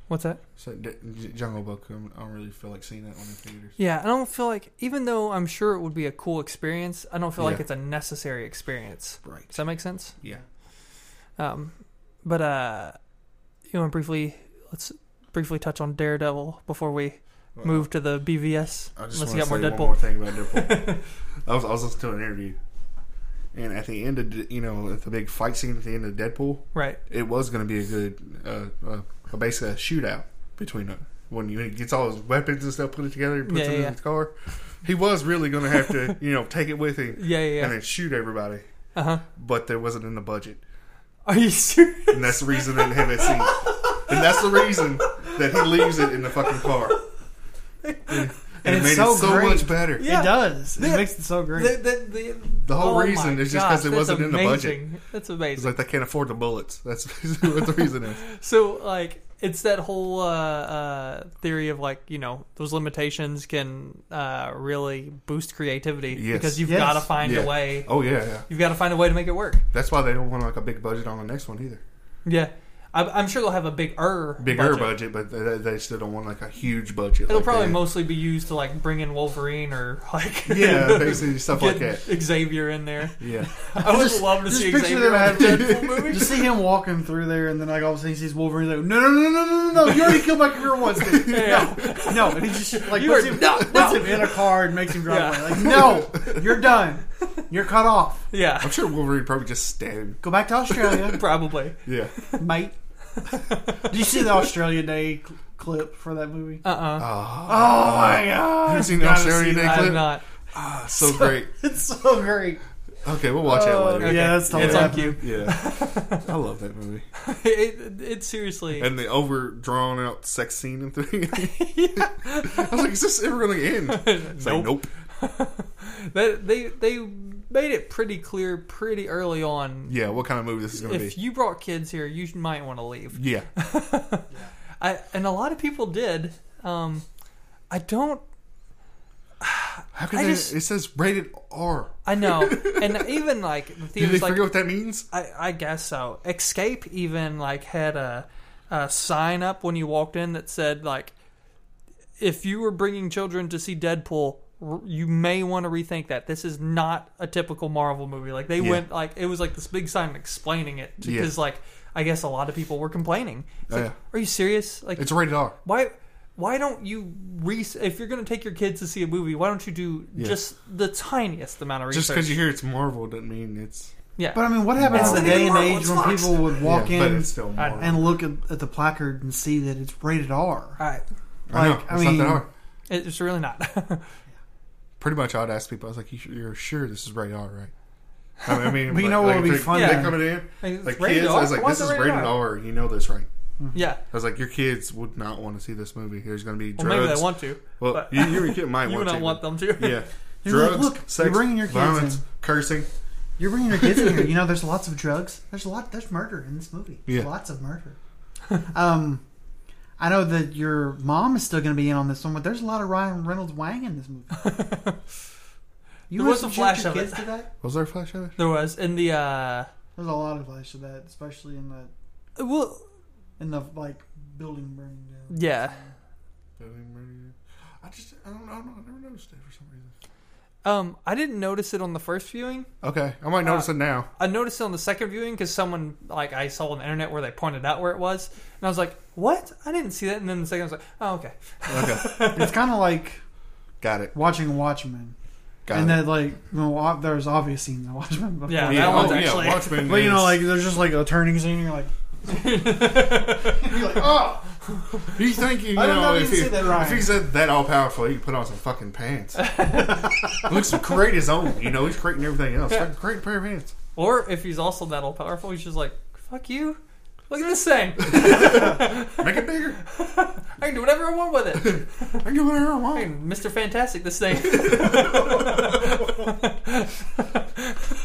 E: What's that?
F: So D- J- Jungle Book, I'm, I don't really feel like seeing that one in theaters.
E: Yeah, I don't feel like even though I'm sure it would be a cool experience, I don't feel like
F: Yeah.
E: it's a necessary experience.
F: Right.
E: Does that make sense?
F: Yeah.
E: Um, but uh, you want to briefly let's briefly touch on Daredevil before we
F: Well,
E: move to the BVS.
F: I just want
E: Unless you
F: to
E: got
F: say
E: more
F: one
E: Deadpool.
F: more thing about Deadpool. I was I was listening to an interview, and at the end of the- you know at the big fight scene at the end of Deadpool,
E: Right.
F: it was going to be a good uh, uh, a basically a shootout between uh, when he gets all his weapons and stuff put it together, puts
E: Yeah,
F: it
E: yeah,
F: in
E: yeah.
F: his car. He was really going to have to you know take it with him
E: Yeah, yeah,
F: and
E: yeah.
F: then shoot everybody,
E: Uh huh.
F: but there wasn't in the budget.
E: Are you serious?
F: And that's the reason they didn't have that scene. And that's the reason that he leaves it in the fucking car. And, it
C: it's
F: made
C: so
F: it so
C: great.
F: much better.
E: Yeah.
C: It does. It
E: Yeah.
C: makes it so great.
E: The, the, the,
F: The whole
E: oh
F: reason
E: my
F: is just 'cause
E: gosh,
F: it
E: that's
F: wasn't in the budget.
E: amazing. That's
F: It's
E: amazing.
F: like they can't afford the bullets. That's basically what the reason is.
E: so like it's that whole uh, uh, theory of like you know those limitations can uh, really boost creativity
F: Yes.
E: because you've
C: Yes.
E: got to find
F: Yeah.
E: a way.
F: Oh yeah, yeah.
E: You've got to find a way to make it work.
F: That's why they don't want like a big budget on the next one either.
E: Yeah, I'm, I'm sure they'll have a bigger
F: Bigger er budget, but they, they still don't want like a huge budget.
E: It'll
F: like
E: probably
F: that.
E: mostly be used to like bring in Wolverine or like
F: yeah, basically stuff like
E: get
F: that.
E: Xavier in there.
F: Yeah,
E: I would love to
C: just
E: see
C: picture
E: Xavier
C: them
E: in a Deadpool
C: Just
E: movie.
C: see him walking through there, and then like all of a sudden he sees Wolverine. He's like, no, no, no, no, no, no, no! You already killed my career once. Dude. No, no, and he just like
E: You
C: puts,
E: are-
C: him,
E: no,
C: puts him in a car and makes him drive
E: Yeah.
C: away. Like, no, you're done. You're cut off.
E: Yeah,
F: I'm sure Wolverine probably just stabbed him.
C: Go back to Australia,
E: probably.
F: Yeah.
C: mate. Did you see the Australia Day cl- clip for that movie?
E: Uh uh
F: Oh,
C: Oh my god!
F: have you seen the
C: Gotta
F: Australia
C: see
F: Day
C: that.
E: I'm
F: clip?
E: not.
F: Ah, so great.
C: It's so great.
F: Okay, we'll watch
C: Oh,
F: that later.
E: Okay.
C: Yeah, that's totally
E: it's on
C: happening.
E: cue.
F: Yeah, I love that movie.
E: It, it, it's seriously.
F: and the over drawn out sex scene and thing. I was like, is this ever going to end? It's like, nope.
E: that, they they made it pretty clear pretty early on.
F: Yeah, what kind of movie this is going to
E: If
F: be?
E: you brought kids here, you might want to leave.
F: Yeah,
E: I and a lot of people did. Um, I don't
F: how could
E: I
F: they?
E: just-
F: it says rated R.
E: I know, and even like the
F: Did
E: theater's
F: they
E: like,
F: forget what that means?
E: I, I guess so. Escape even like had a, a sign up when you walked in that said like if you were bringing children to see Deadpool, r- you may want to rethink that. This is not a typical Marvel movie. Like they
F: Yeah.
E: went like it was like this big sign explaining it
F: Yeah.
E: because like I guess a lot of people were complaining. It's
F: Oh,
E: like,
F: yeah.
E: Are you serious? Like
F: It's rated R.
E: why why don't you re- if you're going to take your kids to see a movie, why don't you do
F: Yeah.
E: just the tiniest amount of research?
F: Just because you hear it's Marvel doesn't mean it's.
E: yeah.
C: But I mean, what happened
E: It's
C: to the
E: the
C: day
E: new
C: and
E: Marvel,
C: age
E: it's
C: when
E: Fox.
C: people would walk
F: yeah, but
C: in
F: it's still
E: I-
F: Marvel.
C: and look at, at the placard and see that it's rated R?
E: I-
F: I know,
C: like,
F: it's
C: I
F: not
C: mean-
F: that R.
E: it's really not.
F: Pretty much, I'd ask people. I was like, you, "You're sure this is rated R, right?" I mean, I mean,
C: But you
F: like-
C: know what
F: like,
C: would be
F: if they-
C: fun
F: They
E: then?
F: coming in,
E: It's
F: like
E: rated
F: kids.
E: R?
F: I was like,
E: Why is
F: "This
E: it
F: is
E: rated
F: rated
E: R?
F: R. You know this, right?"
E: yeah.
F: I was like, "Your kids would not want to see this movie. There's going to be
E: Well,
F: drugs.
E: maybe they want to.
F: well,
E: but-
F: you, your kid might
E: You
F: want
E: would not
F: to,
E: want
F: but-
E: them to.
F: Yeah,
C: You're like,
F: drugs,
C: "Look, you're
F: sex,
C: bringing your kids
F: violence,
C: in."
F: cursing.
C: You're bringing your kids in here. You know, there's lots of drugs. There's a lot. There's murder in this movie.
F: Yeah.
C: Lots of murder. um, I know that your mom is still going to be in on this one, but there's a lot of Ryan Reynolds wang in this movie. You
E: There
C: would
E: was a
C: subject
E: flash
C: your
E: of it.
C: kids to that?
F: Was there a flash of it?
E: There was in the uh
C: There's a lot of flash of that, especially in the
E: well
C: in the like building burning down.
E: yeah.
F: I just, I don't know. I don't know, I never noticed it for some reason.
E: Um I didn't notice it on the first viewing.
F: Okay, I might notice it now.
E: I noticed it on the second viewing because someone like I saw on the internet where they pointed out where it was, and I was like, "What? I didn't see that." And then the second, I was like, "Oh, okay."
F: Uh, Okay,
C: It's kind of like
F: got it.
C: watching Watchmen,
F: Got
C: and
F: it.
C: then like well, ob- there's obvious scenes in Watchmen. Before.
E: Yeah,
F: yeah,
E: that one's
F: oh,
E: actually.
F: yeah, Watchmen.
C: but you know,
F: is-
C: like there's just like a turning scene. You're like, you're like, oh,
F: You think you
C: I don't
F: know
C: know
F: if,
C: if you
F: he,
C: see that, Ryan.
F: if he's that, that all powerful, he can put on some fucking pants. Looks to create his own. You know, he's creating everything else.
E: Yeah.
F: Create a pair of pants.
E: Or if he's also that all powerful, he's just like, "Fuck you! Look at this thing.
F: Make it bigger.
E: I can do whatever I want with it.
F: I can do whatever I
E: I
F: want.
E: can Mr. Fantastic this thing."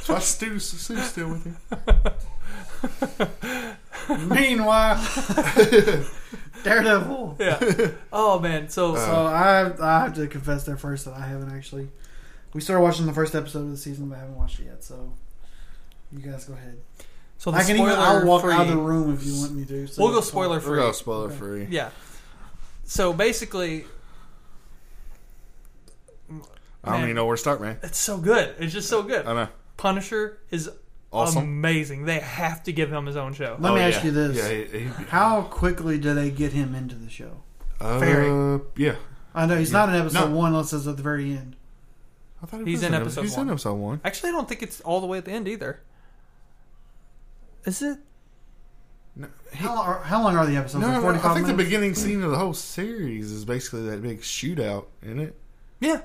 F: So I still, still, still with him.
C: Meanwhile, Daredevil.
E: yeah. Oh man. So,
F: Uh,
C: So I I have to confess there first that I haven't actually. We started watching the first episode of the season, but I haven't watched it yet. So you guys go ahead.
E: so the
C: I can even
E: spoiler
C: I'll walk
E: free.
C: out of the room if you want me to. So
E: We'll go spoiler free.
F: spoiler free.
E: Yeah. So basically,
F: I don't
E: Man.
F: even know where to start, man.
E: it's so good. It's just so good.
F: I
C: Um,
F: know.
E: Punisher is
F: Awesome.
E: amazing. They have to give him his own show.
C: Let me ask you this:
F: Oh, Yeah, he, he-
C: How quickly do they get him into the show?
F: uh,
E: very.
F: Yeah.
C: I know he's not in episode
F: No.
C: one unless it's at the very end.
F: I thought he
E: He's
F: was
E: in episode
F: He's
E: one.
F: in episode one.
E: Actually, I don't think it's all the way at the end either. Is it?
C: How, long are, how long are the episodes?
F: No,
C: Like
F: no, no, I
C: 45
F: think the
C: minutes?
F: beginning scene of the whole series is basically that big shootout, isn't it?
E: Yeah.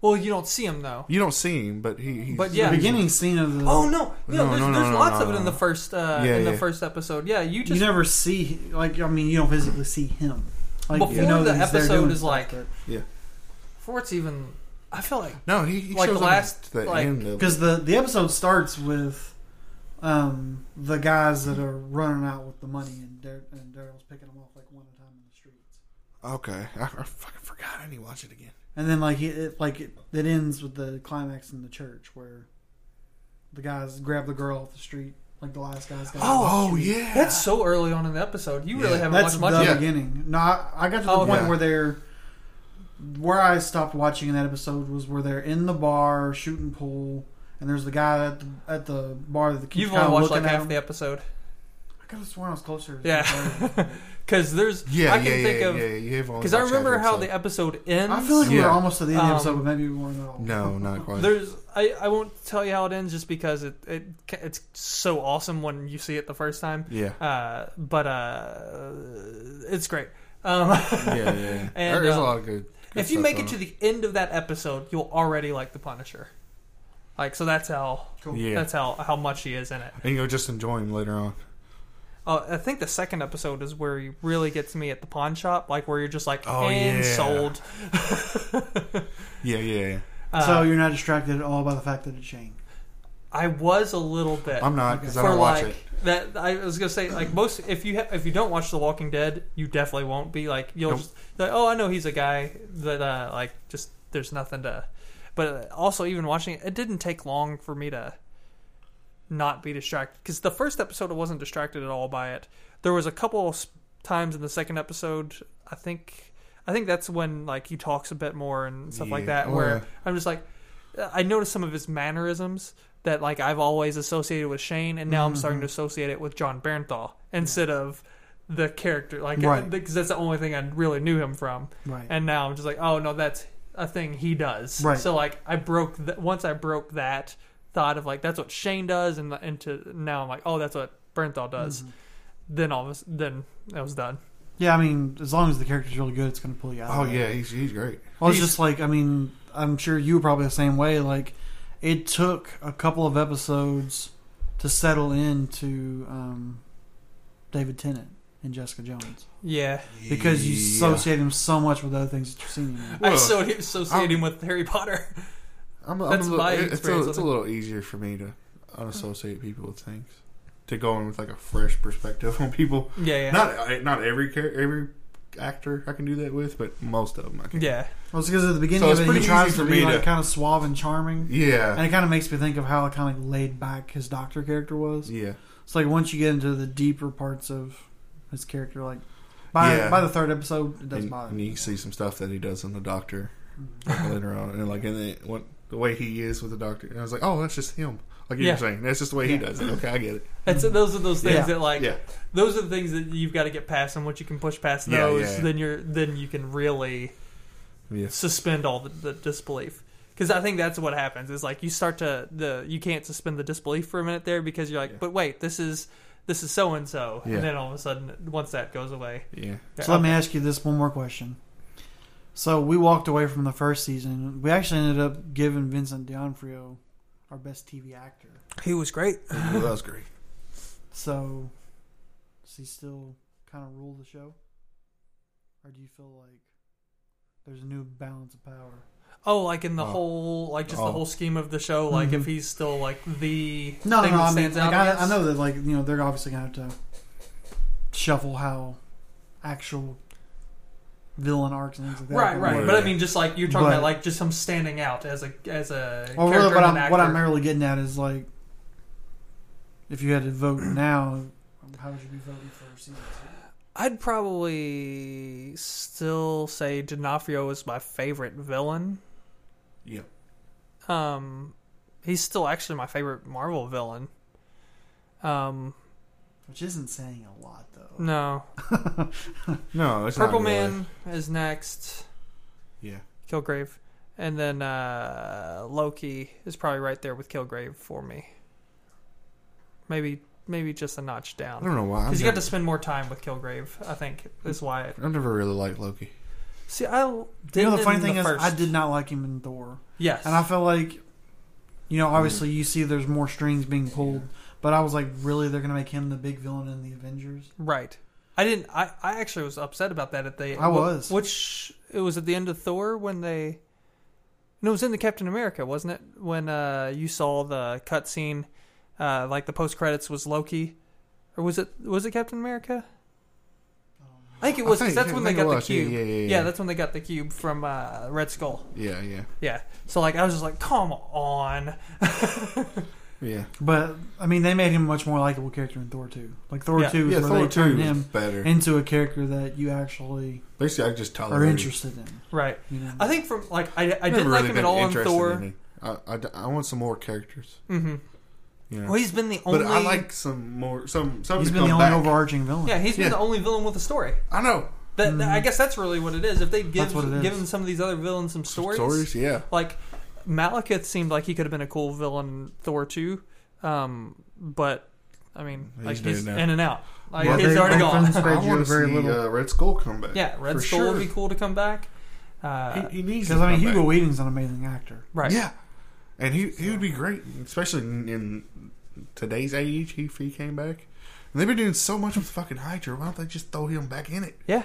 E: Well, you don't see him though.
F: You don't see him, but he. He's,
E: But yeah.
C: The beginning scene of the.
E: Oh no! Yeah,
F: No,
E: there's,
F: no, no,
E: there's
F: no,
E: lots
F: no,
E: of it in
F: no.
E: the first uh,
F: Yeah,
E: in the
F: yeah.
E: first episode. Yeah, you
C: You
E: just
C: never see like I mean you don't physically see him. Like you
E: Before
C: know
E: the
C: that he's there
E: episode
C: doing
E: is
C: stuff,
E: like-
C: but-
E: before it's even. I feel like
F: No, he, he
E: Like
F: shows
E: the
F: up
E: last,
F: at the
E: like-
F: end of
C: Because the the episode starts with um, the guys that are running out with the money, and Dar- and Daryl's picking them off like one at a time in the streets.
F: Okay, I, I fucking forgot. I need to watch it again.
C: And then like it, it like it, it ends with the climax in the church where the guys grab the girl off the street, like the last guys. Got
F: Oh, yeah,
E: that's so early on in the episode. You really
F: Yeah.
E: haven't
C: that's
E: watched much.
C: the
E: of it.
F: Yeah.
C: beginning. No, I, I got to the
E: Oh,
C: point
F: okay.
C: where they're where I stopped watching in that episode was where they're in the bar shooting pool, and there's the guy at the, at the bar that keeps
E: You've
C: kind
E: only
C: of
E: watched
C: looking
E: like
C: at
E: half
C: him.
E: the episode.
C: I could have sworn I was closer.
E: Yeah. Because there's,
F: yeah,
E: I can
F: yeah,
E: think
F: yeah,
E: of,
F: yeah, you have only
E: because I
F: watched half
E: remember
F: the
E: how
F: episode.
E: the episode ends.
C: I feel like we
F: Yeah.
C: were almost at the end of the episode,
E: Um,
C: but maybe we weren't at all.
F: No, not quite.
E: There's, I, I won't tell you how it ends just because it, it ca- it's so awesome when you see it the first time.
F: yeah,
E: Uh, but uh, it's great. Um,
F: yeah, yeah. yeah.
E: and,
F: There's a
E: uh,
F: lot of good. good
E: if you
F: stuff
E: make it
F: on
E: to the end of that episode, you'll already like the Punisher. Like so, that's how
F: yeah,
E: that's how how much he is in it.
F: and you'll just enjoy him later on.
E: Oh, I think the second episode is where he really gets me at the pawn shop, like where you're just like
F: Oh,
E: and
F: yeah.
E: sold.
F: Yeah, yeah, yeah.
C: so you're not distracted at all by the fact that it's Shane.
E: I was a little bit.
F: I'm not because I
E: for
F: don't watch
E: like
F: it.
E: that I was gonna say like most if you ha- if you don't watch The Walking Dead you definitely won't be like you'll
F: Nope.
E: just like, oh I know he's a guy that uh, like just there's nothing to but uh, also even watching it it didn't take long for me to not be distracted because the first episode I wasn't distracted at all by it there was a couple s- times in the second episode I think I think that's when like he talks a bit more and stuff like
F: Yeah.
E: that.
F: Oh,
E: where
F: yeah.
E: I'm just like, I noticed some of his mannerisms that like I've always associated with Shane, and now I'm starting to associate it with John Bernthal instead of the character. Like,
C: Right.
E: because that's the only thing I really knew him from.
C: Right.
E: And now I'm just like, oh no, that's a thing he does.
C: Right.
E: So like I broke th- once I broke that thought of like that's what Shane does, and and to now I'm like, oh, that's what Bernthal does. Then all of a, s- then I was done.
C: Yeah, I mean, as long as the character's really good, it's going to pull you out.
E: uh,
F: Oh
C: of it.
F: yeah, he's he's great.
C: Well, it's just like I mean, I'm sure you were probably the same way. Like, it took a couple of episodes to settle into um, David Tennant and Jessica Jones
E: Yeah,
C: because you
F: Yeah.
C: associate him so much with other things that you've seen. Him in.
E: I
F: Well,
E: so associate
F: I'm-
E: him with Harry Potter.
F: I'm, I'm
E: That's
F: a little,
E: my
F: it's, a,
E: experience
F: it's a
E: with it.
F: little easier for me to unassociate people with things. To go in with like a fresh perspective on people.
E: yeah, yeah,
F: Not not every char- every actor I can do that with, but most of them I can.
E: yeah.
C: Well, it's because at the beginning
F: So
C: of
F: it's
C: it, he
F: pretty
C: tries
F: easy
C: to
F: for
C: be
F: me
C: like
F: to-
C: kind of suave and charming, and
F: Yeah.
C: it kind of makes me think of how kind of like laid back his doctor character was.
F: Yeah.
C: It's like once you get into the deeper parts of his character, like by
F: Yeah.
C: by the third episode, it does
F: And,
C: bother.
F: and
C: me.
F: you can see some stuff that he does in the doctor
E: Mm-hmm.
F: like, later on, and like in the what, the way he is with the doctor. And I was like, oh, that's just him. Like you
E: Yeah.
F: were saying, that's just the way he does it. Okay, I get it.
E: That's those are those things
C: Mm-hmm. Yeah.
E: that like
F: Yeah.
E: those are the things that you've got to get past, and once you can push past
F: Yeah,
E: those,
F: yeah.
E: then you're then you can really
F: Yes.
E: suspend all the, the disbelief. Because I think that's what happens is like you start to the you can't suspend the disbelief for a minute there because you're like, but wait, this is this is so and so,
F: Yeah.
E: and then all of a sudden once that goes away, oh,
F: Yeah.
C: So let me ask you this one more question. So we walked away from the first season. We actually ended up giving Vincent D'Onofrio our best TV actor.
E: he was great.
F: Well, that was great.
C: So does he still kind of rule the show, or do you feel like there's a new balance of power?
E: Oh, like in the
F: Oh.
E: whole like just
F: Oh.
E: the whole scheme of the show, like
C: Mm-hmm.
E: if he's still like the
C: No,
E: thing
C: no, no.
E: that
C: I mean,
E: stands
C: like,
E: out.
C: I, I
E: guess.
C: know that like you know they're obviously gonna have to shuffle how actual villain arcs and things like that.
E: Right,
C: work.
E: right, but I mean, just like you're talking
C: But-
E: about, like just him standing out as a as a
C: Well, really,
E: character
C: what
E: and an
C: I'm what I'm
E: actor.
C: merely getting at is like, if you had to vote now, how would you be voting for season two?
E: I'd probably still say D'Onofrio is my favorite villain.
F: Yeah.
E: Um, he's still actually my favorite Marvel villain. Um,
C: Which isn't saying a lot though.
E: no,
F: No, it's
E: Purple
F: not really.
E: Man is next.
F: Yeah.
E: Kilgrave, and then uh, Loki is probably right there with Kilgrave for me. Maybe maybe just a notch
F: I
E: down
F: don't know why. I've
E: because you
F: never,
E: got to spend more time with Kilgrave. I think is why. It,
F: I've never really liked Loki.
E: see, I didn't
C: You know the funny thing
E: in the
C: is,
E: first.
C: I did not like him in Thor,
E: yes,
C: and I feel like, you know, obviously you see there's more strings being pulled, but I was like, really, they're gonna make him the big villain in the Avengers?
E: right. I didn't. I, I actually was upset about that at the.
C: I was.
E: Which it was at the end of Thor when they. No, it was in the Captain America, wasn't it? When uh, you saw the cutscene, uh, like the post credits was Loki, or was it was it Captain America? I think it was.
F: think-
E: 'cause that's
F: I
E: when they
F: think it
E: got the
F: was, yeah,
E: cube.
F: yeah, yeah, yeah.
E: that's when they got the cube from uh, Red Skull.
F: Yeah, yeah,
E: Yeah. So like, I was just like, come on.
F: yeah.
C: But I mean, they made him a much more likable character in Thor two. Like Thor
E: Yeah.
C: two is
F: yeah,
C: where
F: Thor
C: they turned
F: two was
C: him
F: better.
C: into a character that you actually
F: Basically, I just tolerated.
C: are interested in.
E: Right.
C: You know?
E: I think from like I I
F: I've Mm.
E: didn't
F: never
E: like
F: really
E: him
F: been
E: at all in
F: interested
E: Thor.
F: any. I, I, I want some more characters.
E: hmm
F: You know?
E: Well, he's been the only.
F: But I like some more. Some some.
C: He's
F: to
C: been the
F: come
C: only
F: back.
C: overarching villain.
E: Yeah, he's been
F: Yeah. Mm-hmm.
E: the only villain with a story.
F: I know
E: That, that- I guess that's really what it is. If they'd give,
C: That's what it is.
E: given some of these other villains some stories,
F: stories. Yeah,
E: like Malekith seemed like he could have been a cool villain in Thor too, um, but I mean,
F: He's
E: like
F: dead
E: he's
F: now.
E: in and out. Like
C: Well,
E: he's
C: they-
E: already
C: they
E: gone.
C: found-
F: I
C: Spread you
F: want to
C: very
F: see
C: little.
F: uh, Red Skull come back.
E: yeah, Red
F: for
E: Skull
F: sure.
E: would be cool to come back. Uh,
F: He, he needs
C: Because
F: to
C: I mean,
F: come
C: Hugo
F: back.
C: Weaving's an amazing actor.
E: right.
F: Yeah, and he he would be great, especially in, in today's age. He, if he came back. And they've been doing so much with fucking Hydra. Why don't they just throw him back in it?
E: Yeah.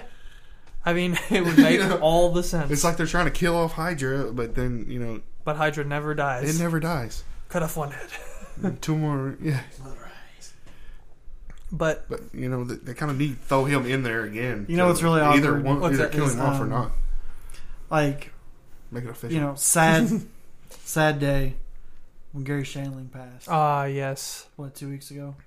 E: I mean, it would make
F: You know,
E: all the sense.
F: It's like they're trying to kill off Hydra, but then you know
E: but Hydra never
F: it
E: dies.
F: never dies.
E: Could have won it.
F: Two more, yeah.
E: But
F: But you know they, they kind of need to throw him in there again.
C: You know
F: to
C: what's really
F: either
C: awkward?
F: one,
E: What's
F: either
E: that?
F: kill
E: Is,
F: him off or
C: um,
F: not.
C: Like
F: Make it official.
C: you know, sad, sad day when Gary Shanling passed.
E: ah, yes,
C: what two weeks ago?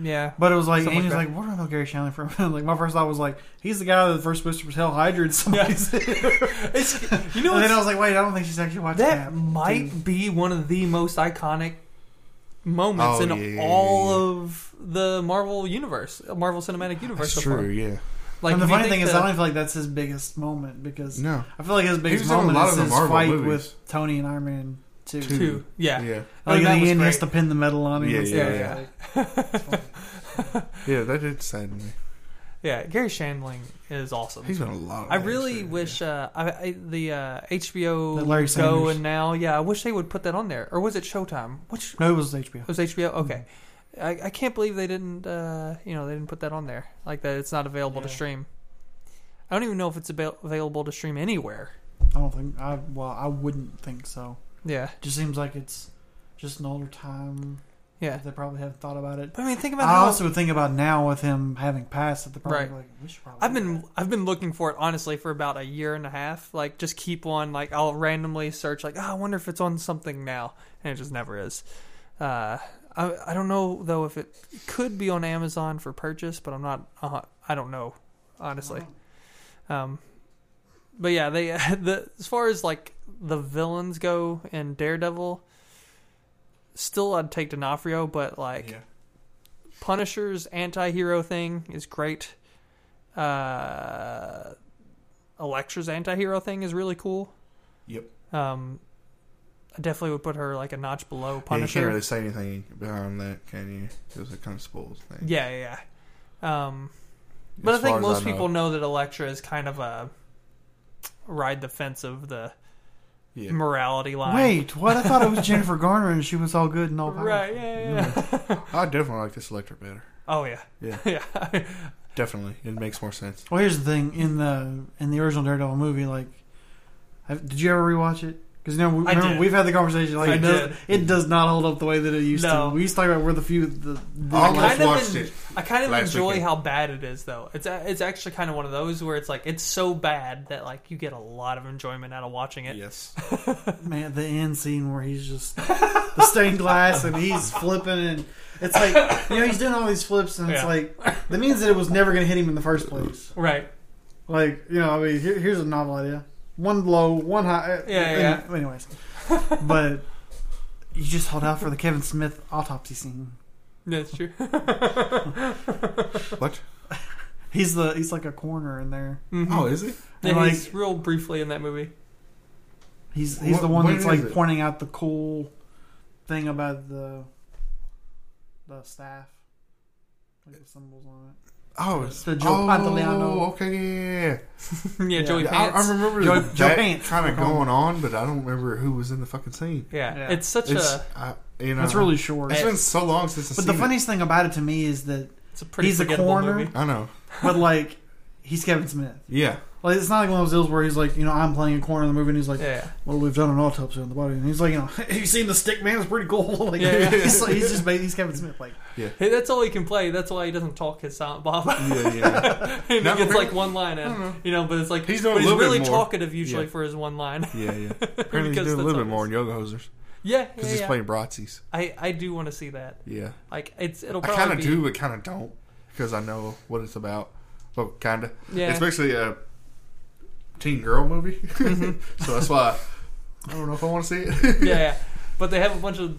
E: Yeah.
C: But it was like,
E: Something
C: and he's
E: like
C: like, where do I know Gary Shanley from? like, my first thought was like, he's the guy that the first whispers Hell Hydra to somebody's
E: It's, you know,
C: And then
E: it's-
C: I was like, wait, I don't think she's actually watching
E: that
C: that.
E: might be one of the most iconic moments
F: Oh,
E: in
F: yeah, yeah,
E: all
F: yeah,
E: of the Marvel universe, uh, Marvel Cinematic Universe.
F: That's true.
E: so Far.
F: Yeah.
E: Like,
C: and the
E: if you
C: funny
E: think
C: thing is,
E: the-
C: I don't feel like that's his biggest moment because
F: No.
C: I feel like his biggest
F: was in a
C: moment
F: lot
C: is
F: of the
C: his
F: Marvel
C: fight
F: movies.
C: with Tony and Iron Man two.
F: Two.
E: two. Yeah.
F: Yeah.
C: Like
E: that
C: in the
E: was
C: end, he has to
E: great.
C: pin the medal on him.
F: Yeah,
C: and
E: yeah,
C: stuff.
E: yeah.
F: Yeah, that did sadden me.
E: Yeah, Gary Shandling is awesome.
F: He's been a lot. Of
E: I
F: things,
E: really
F: too.
E: wish uh, I, I, the uh, HBO
C: The Larry
E: Go
C: Sanders.
E: and now, yeah, I wish they would put that on there. Or was it Showtime? Which
C: No, it was HBO.
E: was HBO? Okay, I, I can't believe they didn't. Uh, you know, they didn't put that on there. Like that, it's not available to
C: Yeah.
E: stream. I don't even know if it's avail- available to stream anywhere.
C: I don't think. I well, I wouldn't think so.
E: Yeah,
C: It just seems like it's just an older time.
E: yeah.
C: They probably haven't thought about it.
E: But I mean, think about
C: I
E: how
C: also would think about now with him having passed that the probably
E: Right.
C: like we should probably.
E: I've
C: do
E: been
C: that.
E: I've been looking for it honestly for about a year and a half. Like just keep on like I'll randomly search like oh, I wonder if it's on something now, and it just never is. Uh, I I don't know though if it could be on Amazon for purchase, but I'm not. Uh, I don't know honestly. Um, but yeah, they the as far as like the villains go in Daredevil, still I'd take D'Onofrio, but like
F: Yeah.
E: Punisher's anti-hero thing is great. Uh, Elektra's anti-hero thing is really cool.
F: Yep.
E: Um, I definitely would put her like a notch below
F: Yeah, you
E: Punisher.
F: can't really say anything behind that, can you? Because it kind of spoils things.
E: Yeah, yeah. yeah. Um, but
F: As
E: I
F: far
E: think
F: as
E: most
F: know.
E: people know that Elektra is kind of a ride the fence of the
F: Yeah.
E: morality line.
C: Wait, what? I thought it was Jennifer Garner and she was all good and all powerful.
E: Right, yeah, yeah. yeah.
F: I definitely like this electric better.
E: Oh yeah.
F: Yeah.
E: yeah.
F: Definitely, it makes more sense.
C: Well, here's the thing in the in the original Daredevil movie, like, have, did you ever rewatch it? Because you know, we,
E: I
C: remember,
E: did.
C: we've had the conversation. Like,
E: I
C: it, does,
E: did.
C: it does not hold up the way that it used
E: No.
C: to. We used to talk about we're the few. The, the
F: I
E: kind
F: almost
E: of
F: watched
E: en-
F: it.
E: I kind of
F: last
E: enjoy
F: weekend.
E: how bad it is, though. It's a- it's actually kind of one of those where it's like it's so bad that like you get a lot of enjoyment out of watching it.
F: Yes.
C: man, the end scene where he's just the stained glass and he's flipping and it's like you know he's doing all these flips and it's
E: Yeah.
C: like that means that it was never going to hit him in the first place.
E: Right.
C: Like, you know, I mean, here, here's a novel idea: one low, one high. uh,
E: Yeah,
C: any-
E: yeah.
C: Anyways, but you just hold out for the Kevin Smith autopsy scene.
E: That's true.
F: Oh, what?
C: He's the he's like a coroner in there.
F: Oh, is it?
E: Mm-hmm. And
C: like-
E: he's real briefly in that movie.
C: He's he's the
F: Wh-
C: one
F: when
C: that's
F: is
C: like
F: it?
C: pointing out the cool thing about the the staff. Like the symbols on it.
F: Oh, it's
C: The Joe
F: oh,
C: Pantoliano.
F: Okay, yeah, yeah,
E: yeah,
C: Yeah.
E: Joey
F: yeah. I,
E: Pants.
F: I remember
C: Joe-
F: that
C: Joe Pants,
F: kind
C: we
F: of
C: call him.
F: going on, but I don't remember who was in the fucking scene.
E: yeah.
C: Yeah.
E: it's such
F: It's,
E: a
F: I, you know,
C: That's really short.
F: It's been so long since I've
C: Uh-huh. But
F: seen
C: the funniest thing about it to me is that,
E: it's a pretty
C: He's the
E: forgettable
C: coroner.
E: movie.
F: It. I know.
C: but like, he's Kevin Smith.
F: Yeah.
C: Like, it's not like one of those deals where he's like, you know, I'm playing a corner in the movie, and he's like,
E: Yeah,
C: well, we've done an autopsy on the body, and he's like, you know, have you seen the stick man? It's pretty cool. like,
E: Yeah, yeah.
C: He's, like, he's just made, he's Kevin Smith. Like,
E: hey, that's all he can play. That's why he doesn't talk his silent Bob.
F: Yeah, yeah.
E: he
F: Now
E: gets
F: apparently-
E: like one line in, you know. But it's like
F: He's doing
E: but
F: a little bit
E: really
F: more.
E: talkative usually
F: Yeah.
E: for his one line.
F: Yeah, yeah. Apparently he's
E: Because
F: doing a
E: that's
F: little
E: all
F: bit more
E: it
F: in Yoga Hosers
E: Yeah,
F: because
E: yeah,
F: he's
E: yeah.
F: playing Bratzies.
E: I I do want to see that.
F: Yeah.
E: Like it's it'll
F: I
E: probably
F: kind of
E: be,
F: do, but kind of don't because I know what it's about. But kind of,
E: Yeah.
F: especially a teen girl movie.
E: Mm-hmm.
F: so that's why I don't know if I want to see it.
E: Yeah, yeah. But they have a bunch of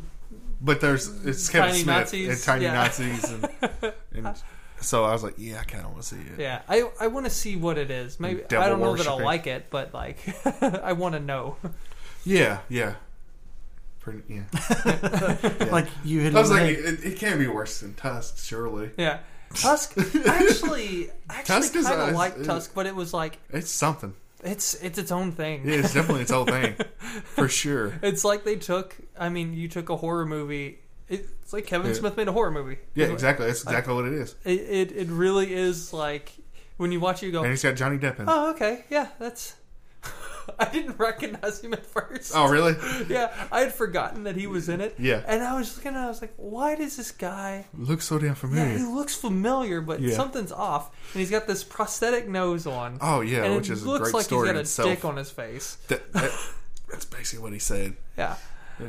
F: but there's it's Kevin
E: Tiny
F: Smith
E: Nazis,
F: and tiny
E: yeah.
F: Nazis, and, and so I was like, yeah, I kind of want to see it.
E: yeah. I I want to see what it is. Maybe
F: Devil
E: I don't know that I'll
F: worshipping.
E: like it, but like I want to know.
F: yeah, yeah. Pretty, yeah.
C: like you hit.
F: I was
C: him
F: like,
C: with it.
F: it, it can't be worse than Tusk, surely.
E: Yeah. Tusk actually actually
F: Tusk is
E: kind of
F: a-
E: like
F: is-
E: Tusk, but it was like
F: It's something.
E: it's it's its own thing.
F: Yeah, it's definitely its whole thing, for sure.
E: It's like they took. I mean, you took a horror movie. It's like Kevin
F: Yeah.
E: Smith made a horror movie.
F: Yeah,
E: It-
F: exactly. That's exactly what it is.
E: It, it it really is like when you watch it, you
F: And
E: go,
F: he's got Johnny Depp in. it.
E: oh okay, yeah, that's. I didn't recognize him at first.
F: Oh, really?
E: yeah, I had forgotten that he was in it.
F: Yeah.
E: And I was looking at it, I was like, why does this guy.
F: Looks so damn familiar.
E: Yeah, he looks familiar, but
F: Yeah.
E: something's off. And he's got this prosthetic nose on.
F: Oh yeah,
E: and
F: which
E: it
F: is a
E: looks
F: great
E: like
F: story
E: he's got a
F: in itself.
E: dick on his face.
F: That- that- that's basically what he said.
E: Yeah.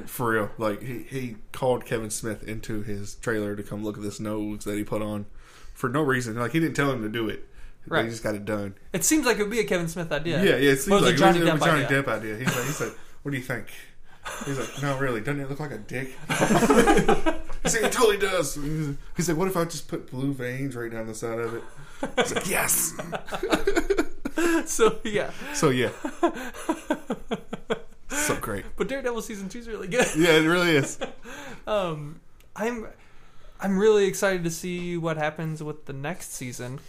F: For real, like he, he called Kevin Smith into his trailer to come look at this nose that he put on for no reason. Like he didn't tell him to do it.
E: Right.
F: They just got it done.
E: It seems like it would be a Kevin Smith idea.
F: Yeah, yeah. It seems
E: But
F: like
E: it's a Johnny
F: it was a
E: Depp
F: Johnny
E: idea.
F: Depp idea. He's like, he's like, what do you think? He's like, no, really, doesn't it look like a dick? he's like, it totally does. He's like- He's like, what if I just put blue veins right down the side of it? He's like, yes.
E: So yeah,
F: So yeah, so great.
E: but Daredevil season two is really good.
F: Yeah, it really is.
E: Um, I'm I'm really excited to see what happens with the next season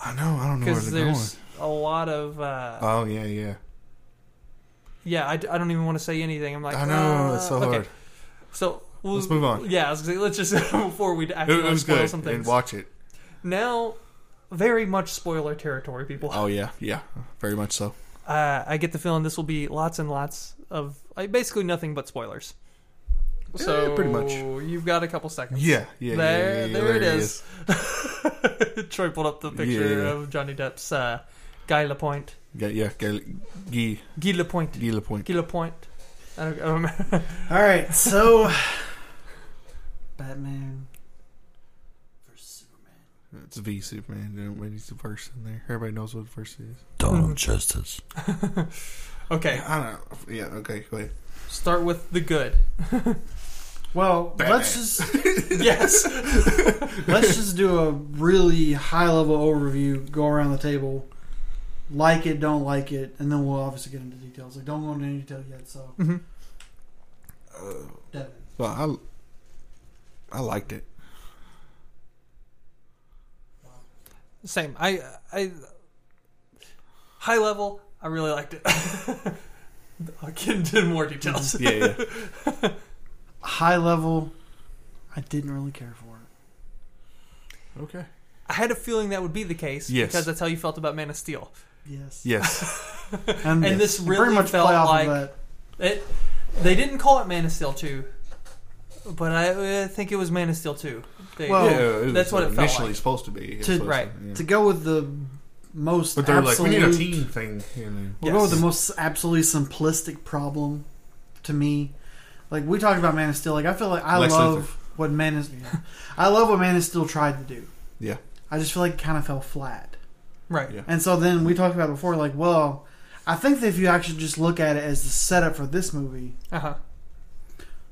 F: I know. I don't know where
E: because
F: they're going.
E: there's a lot of uh,
F: Oh yeah, yeah.
E: yeah. I, d- I don't even want to say anything. I'm like
F: I know.
E: uh,
F: That's so
E: okay.
F: hard.
E: So we'll,
F: Let's move on.
E: Yeah, I was gonna say, let's just before we
F: It,
E: actually
F: it was
E: spoil
F: good.
E: some
F: And
E: things.
F: watch it.
E: now, very much spoiler territory, people.
F: Oh yeah, yeah. Very much so.
E: Uh, I get the feeling this will be lots and lots of uh, basically nothing but spoilers. So
F: Eh, pretty much.
E: You've got a couple seconds.
F: Yeah, yeah.
E: There,
F: yeah, yeah, yeah,
E: there, it is. Troy pulled up the picture
F: Yeah.
E: of Johnny Depp's uh, Guy Lapointe.
F: Yeah, yeah. Guy, Guy,
E: Guy Lapointe.
F: Guy Lapointe.
E: Guy Lapointe. I don't, I don't remember.
C: All right, so Batman versus Superman.
F: It's V Superman. They don't need the verse in there. Everybody knows what the verse is.
E: okay,
F: I don't. know. Yeah. Okay. Go ahead.
E: start with the good.
C: Well,
F: Batman.
C: let's just
E: yes.
C: let's just do a really high level overview. Go around the table, like it, don't like it, and then we'll obviously get into details. Like, don't go into any detail yet. So,
E: Mhm. Mm-hmm.
C: Devin,
F: Well, I, I liked it.
E: Same. I I high level. I really liked it. I'll get into more details.
F: Yeah, yeah.
C: high level, I didn't really care for it.
F: okay.
E: I had a feeling that would be the case
F: Yes.
E: because that's how you felt about Man of Steel.
C: Yes.
F: Yes.
C: And,
E: And this really felt
C: play off
E: like-
C: that.
E: It, they didn't call it Man of Steel 2, but I, uh think it was Man of Steel 2. They,
C: Well- Yeah,
F: was
E: that's what it felt
F: initially
E: like.
F: supposed to be. It's
C: To-
F: supposed to-
E: right.
F: yeah.
C: To go with the most
F: But they're like, we
C: absolute,
F: need a team thing. You know.
C: We'll go with
E: Yes.
C: the most absolutely simplistic problem to me. Like we talked about Man of Steel, like I feel like I
F: Lex
C: love
F: Luthor.
C: what Man is I love what Man of Steel tried to do.
F: Yeah.
C: I just feel like it kind of fell flat.
E: Right.
F: Yeah.
C: And so then we talked about it before, like, well, I think that if you actually just look at it as the setup for this movie,
E: Uh huh.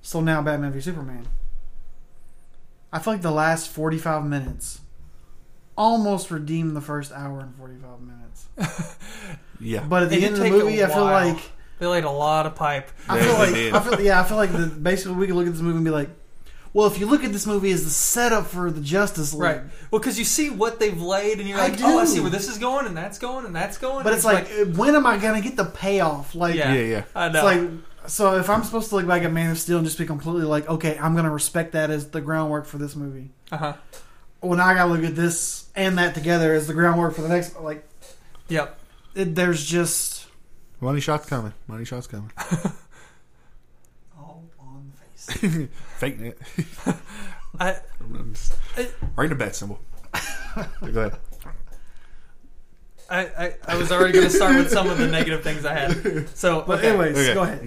C: so now Batman v Superman. I feel like the last forty five minutes almost redeemed the first hour and forty five minutes.
F: Yeah.
C: But at
E: It
C: the
E: did
C: end of the
E: take a
C: movie I feel
E: while.
C: like
E: They laid a lot of pipe.
C: I
F: They
C: feel like
F: did.
C: I feel, yeah, I feel like the, basically we could look at this movie and be like, well, if you look at this movie as the setup for the Justice League,
E: Right. Well, because you see what they've laid, and you're
C: I
E: like, oh, I
C: do.
E: see where this is going, and that's going, and that's going.
C: but
E: and
C: it's like, when am I gonna get the payoff? Like,
E: Yeah.
F: yeah, yeah.
E: I
C: it's
E: know.
C: like so if I'm supposed to look back at Man of Steel and just be completely like, okay, I'm gonna respect that as the groundwork for this movie.
E: uh huh.
C: When I gotta look at this and that together as the groundwork for the next, like,
E: Yep.
C: it, there's just
F: Money shots coming. Money shots coming.
C: all on the face.
F: Faking it.
E: I,
F: I'm just-
E: I-
F: Right in the bat symbol. go ahead.
E: I, I, I was already going to start with some of the negative things I had. So,
C: But
E: okay.
C: anyways,
F: Okay.
C: go ahead.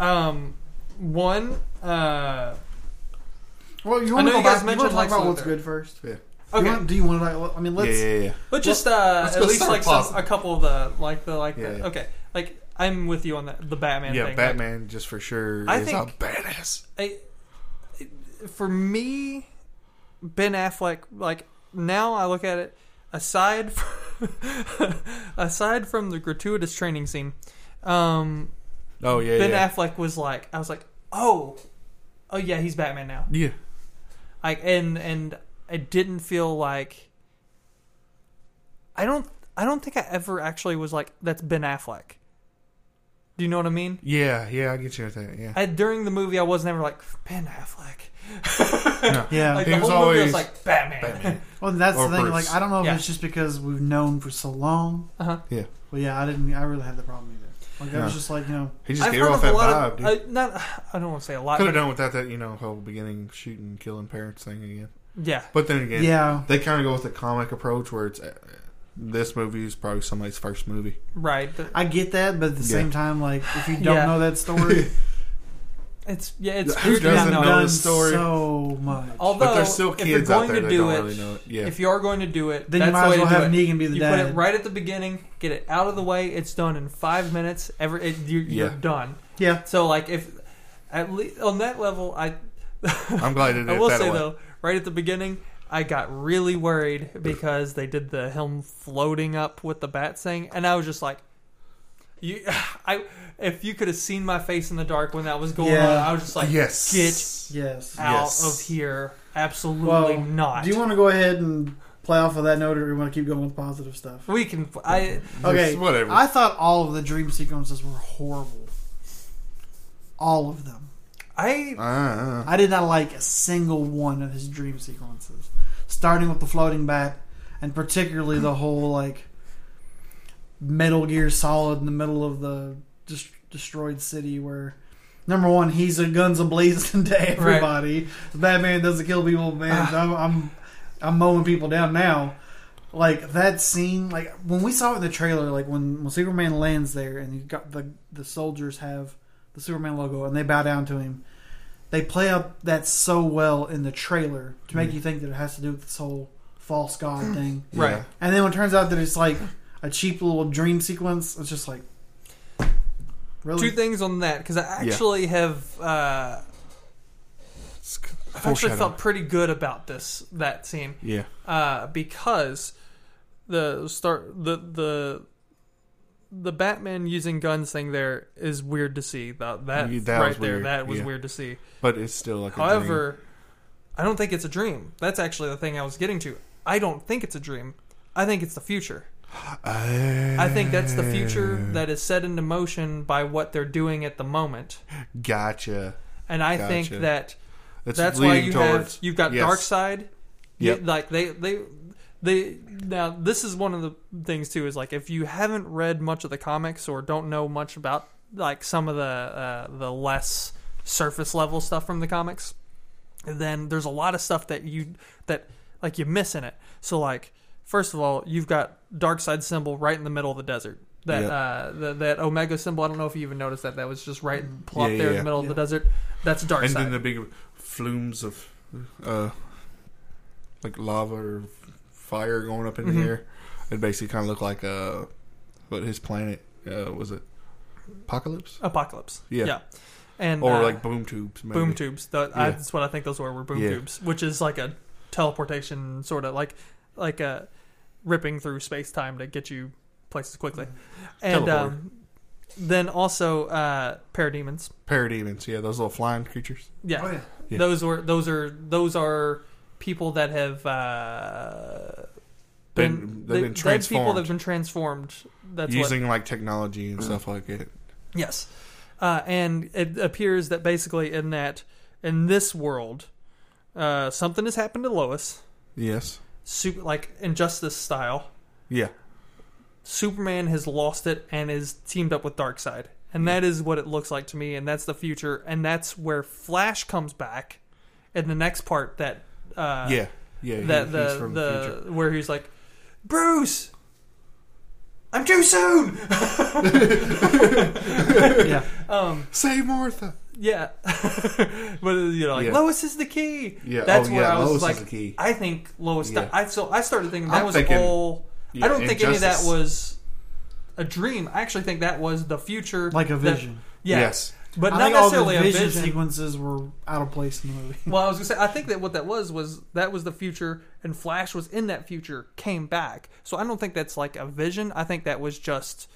F: Yeah.
E: um, one, uh,
C: Well, you want
E: I
C: to
E: know
C: go back? You
E: you guys
C: want
E: mentioned
C: to talk
E: Lex
C: about what's
E: Luthor.
C: good first?
F: Yeah.
C: Do
E: Okay.
C: you want, do you want to? Like, I mean, let's.
F: yeah, yeah, yeah.
E: But just uh,
F: let's
E: at
F: go
E: least
F: start
E: like some, a
F: positive.
E: couple of the like the like
F: Yeah,
E: the,
F: yeah.
E: okay like I'm with you on the the Batman
F: yeah,
E: thing.
F: Batman just for sure
E: I
F: is
E: think-
F: a badass.
E: Like, I, for me, Ben Affleck like now I look at it aside from, aside from the gratuitous training scene, um,
F: Oh yeah,
E: Ben
F: yeah.
E: Affleck was like I was like oh oh yeah he's Batman now
F: yeah,
E: like and and I didn't feel like I don't I don't think I ever actually was like that's Ben Affleck. Do you know what I mean?
F: yeah, yeah. I get you with that. Yeah,
E: I, during the movie, I was never like Ben Affleck.
C: Yeah.
E: like
F: He
E: the
F: was
E: whole movie I was
F: always
E: like Batman.
F: Batman.
C: Well, that's
F: Or
C: the thing.
F: Bruce.
C: Like, I don't know if
E: Yeah.
C: it's just because we've known for so long.
E: Uh-huh.
F: Yeah.
C: But yeah, I didn't. I really had the problem either. Like, I was
F: Yeah.
C: just like, you know,
F: He just
E: I've
F: gave
E: heard
F: off
E: of a
F: that
E: lot
F: vibe,
E: of
F: dude.
E: I, not. I don't want to say a lot.
F: Could have
E: But,
F: done without that, you know, whole beginning shooting, killing parents thing again.
E: yeah,
F: But then again,
C: yeah.
F: they kind of go with the comic approach where it's uh, this movie is probably somebody's first movie.
E: right. But
C: I get that, but at the
F: Yeah.
C: same time, like, if you don't
E: Yeah.
C: know that story,
E: It's yeah, it's
F: Who
E: weird to
F: doesn't
E: know.
F: know
C: done
F: this story?
C: so much.
E: Although,
F: there's still
E: if you're
F: kids out
E: going
F: there
E: to
F: that
E: do
F: don't
E: it,
F: really know it. Yeah.
E: if you are going to do it,
C: Then you
E: that's
C: might
E: the
C: as
E: way
C: well
E: to
C: have
E: do it.
C: Negan be the
E: you put it
C: dad.
E: right at the beginning, get it out of the way. It's done in five minutes. Every it, you, you're
F: Yeah.
E: done.
C: yeah,
E: So like if at least on that level, I
F: I'm glad it did
E: I will
F: it that
E: say
F: way.
E: though, right at the beginning, I got really worried because they did the him floating up with the bat thing, and I was just like, "You, I." If you could have seen my face in the dark when that was going
C: Yeah.
E: on, I was just like,
F: yes.
E: get
C: yes.
E: out
F: Yes.
E: of here! Absolutely
C: Well,
E: not."
C: Do you want to go ahead and play off of that note, or do you want to keep going with positive stuff?
E: we can. I
C: Okay,
F: Just whatever.
C: I thought all of the dream sequences were horrible. All of them.
E: I
F: Ah,
C: I did not like a single one of his dream sequences, starting with the floating bat, and particularly the whole like Metal Gear Solid in the middle of the dis- destroyed city where. Number one, he's a guns ablazing to everybody. Batman doesn't kill people, man. I'm, I'm I'm mowing people down now. Like that scene, like when we saw it in the trailer, like when, when Superman lands there and you got the the soldiers have the Superman logo and they bow down to him. They play up that so well in the trailer to make you think that it has to do with this whole false god thing.
F: yeah.
E: right.
C: And then when it turns out that it's like a cheap little dream sequence, it's just like really
E: two things on that because I actually have. Uh,
F: It's c-
E: I've actually
F: foreshadowing.
E: felt pretty good about this that scene
F: Yeah.
E: uh, because the start the the the Batman using guns thing there is weird to see. That that,
F: Yeah, that
E: right
F: was
E: there
F: weird,
E: that was
F: yeah.
E: weird to see.
F: But it's still like a dream.
E: However, I don't think it's a dream. That's actually the thing I was getting to. I don't think it's a dream. I think it's the future. I think that's the future
F: Mm.
E: that is set into motion by what they're doing at the moment.
F: Gotcha.
E: And I think
F: Gotcha.
E: that
F: That's,
E: that's why
F: leading
E: you
F: towards,
E: have you've got
F: yes.
E: Dark Side.
F: Yep.
E: like they they they now this is one of the things too is like if you haven't read much of the comics or don't know much about like some of the uh, the less surface level stuff from the comics, then there's a lot of stuff that you that like you miss in it. So like first of all, you've got Dark Side symbol right in the middle of the desert. That
F: Yep.
E: uh, the, that Omega symbol. I don't know if you even noticed that. That was just right plopped
F: Yeah,
E: there in
F: yeah,
E: the middle of the
C: yeah.
E: desert. That's Dark
F: and
E: Side.
F: then the big flumes of uh like lava or fire going up in
E: Mhm.
F: the air it basically kind of looked like uh what his planet uh was it apocalypse
E: Apocalypse.
F: Yeah.
E: And
F: or
E: uh,
F: like boom tubes maybe.
E: boom tubes. The, I,
F: Yeah.
E: that's what I think those were were boom
F: Yeah.
E: tubes, which is like a teleportation sort of like like a ripping through space time to get you places quickly. And
F: Mm-hmm. Teleport.
E: um, then also uh, parademons.
F: parademons yeah those little flying creatures
E: Yeah.
C: Oh, yeah.
F: Yeah.
E: Those were those are those are people that have uh,
F: Been- they've been
E: people that
F: transformed.
E: have been transformed. That's what,
F: using like technology and stuff like it
E: Yes. Uh, and it appears that basically in that in this world, uh, something has happened to Lois,
F: yes
E: super, like Injustice style.
F: yeah
E: Superman has lost it and is teamed up with Darkseid. And that is what it looks like to me, and that's the future, and that's where Flash comes back in the next part that uh
F: yeah yeah he-
E: that
F: he's
E: the,
F: from the future.
E: the, where he's like, Bruce I'm too soon
C: Oh, yeah.
F: save martha
E: Yeah, but you know, like
F: Yeah.
E: Lois is the key.
F: Yeah,
E: that's
F: oh,
E: where
F: yeah,
E: I was
F: Lois is
E: like,
F: the key.
E: I think Lois.
F: Yeah.
E: Di- I so I started thinking that
F: I'm
E: was
F: thinking-
E: all.
F: yeah,
E: I don't think any of that
F: Injustice.
E: was a dream. I actually think that was the future,
C: Like a
E: that-
C: vision.
E: yeah.
F: yes
E: but
C: I
E: not
C: think all
E: necessarily
C: the
E: a
C: vision,
E: vision.
C: sequences were out of place in the movie.
E: Well, I was gonna say, I think that what that was was that was the future, and Flash was in that future, came back. So I don't think that's like a vision. I think that was just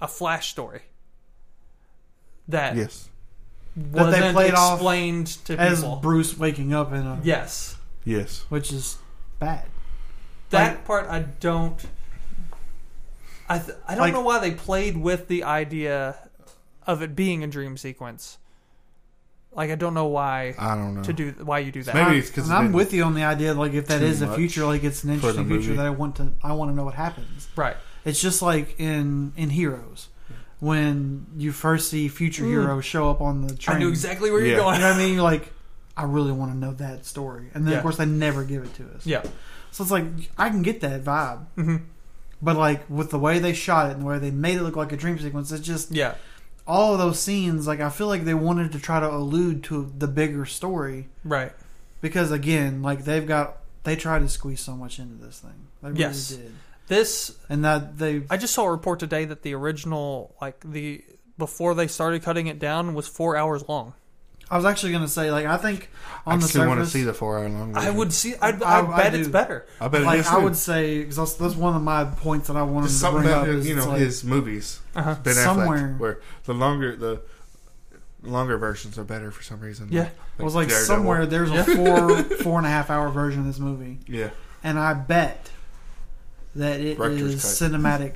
E: a Flash story that
F: yes
E: wasn't
C: they played off
E: explained to
C: As
E: people.
C: Bruce waking up in a
E: yes.
F: yes
C: which is bad.
E: That part I don't. I th- I don't
C: Like-
E: know why they played with the idea of it being a dream sequence. Like I don't know why
F: i don't know
E: to do why you do that.
F: maybe it's because
C: And I'm with you on the idea like if that
F: too
C: is the
F: much
C: future, like it's an
F: for the
C: interesting future
F: movie.
C: that I want to I want to know what happens.
E: right.
C: It's just like in in Heroes when you first see future heroes show up on the train.
E: Mm. I knew exactly where
F: Yeah.
E: you're
C: You
E: going.
C: know what I mean? You're like I really want to know that story, and then
E: Yeah.
C: of course they never give it to us.
E: Yeah.
C: So it's like I can get that vibe, mm-hmm. but like with the way they shot it and the way they made it look like a dream sequence, it's just
E: Yeah.
C: all of those scenes, like I feel like they wanted to try to allude to the bigger story
E: Right.
C: because again, like they've got they tried to squeeze so much into this thing. They really
E: Yes.
C: did,
E: This
C: and that they
E: I just saw a report today that the original, like the before they started cutting it down, was four hours long.
C: I was actually gonna say like I think on
F: I
C: the
F: still
C: surface,
F: want to see the four hour long.
E: I
F: version.
E: would see. I'd,
C: Mm-hmm. I-
E: I,
C: I
E: bet
C: do.
E: it's better.
F: I bet it
C: like
F: is
C: I
F: too.
C: would say because that's, that's one of my points that I wanted
F: Just
C: to
F: something
C: bring up.
F: about
C: Is
F: you
C: it's
F: know
C: like,
F: his movies.
E: Uh-huh.
F: Ben Affleck,
C: Somewhere.
F: where the longer the longer versions are better for some reason.
E: Yeah.
C: I was like
F: Daredevil.
C: somewhere there's a four four and a half hour version of this movie,
F: Yeah,
C: and I bet that it is
F: Director's cut.
C: cinematic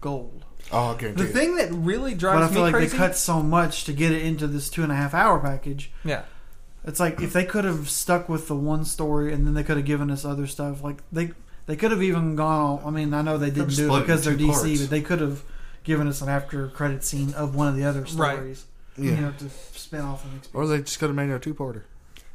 C: gold.
F: oh, I guarantee
E: The
F: it.
E: thing that really
C: But I
E: drives me
C: feel like
E: crazy.
C: they cut so much to get it into this two and a half hour package.
E: yeah.
C: It's like if they could have stuck with the one story and then they could have given us other stuff. Like they they could have even gone. all- I mean, I know they didn't
F: have
C: do it
F: split it
C: because they're
F: into
C: DC,
F: two parts.
C: but they could have given us an after credit scene of one of the other
E: Right.
C: stories.
F: Yeah,
C: You know, to spin off an experience.
F: or they just could have made it a two parter.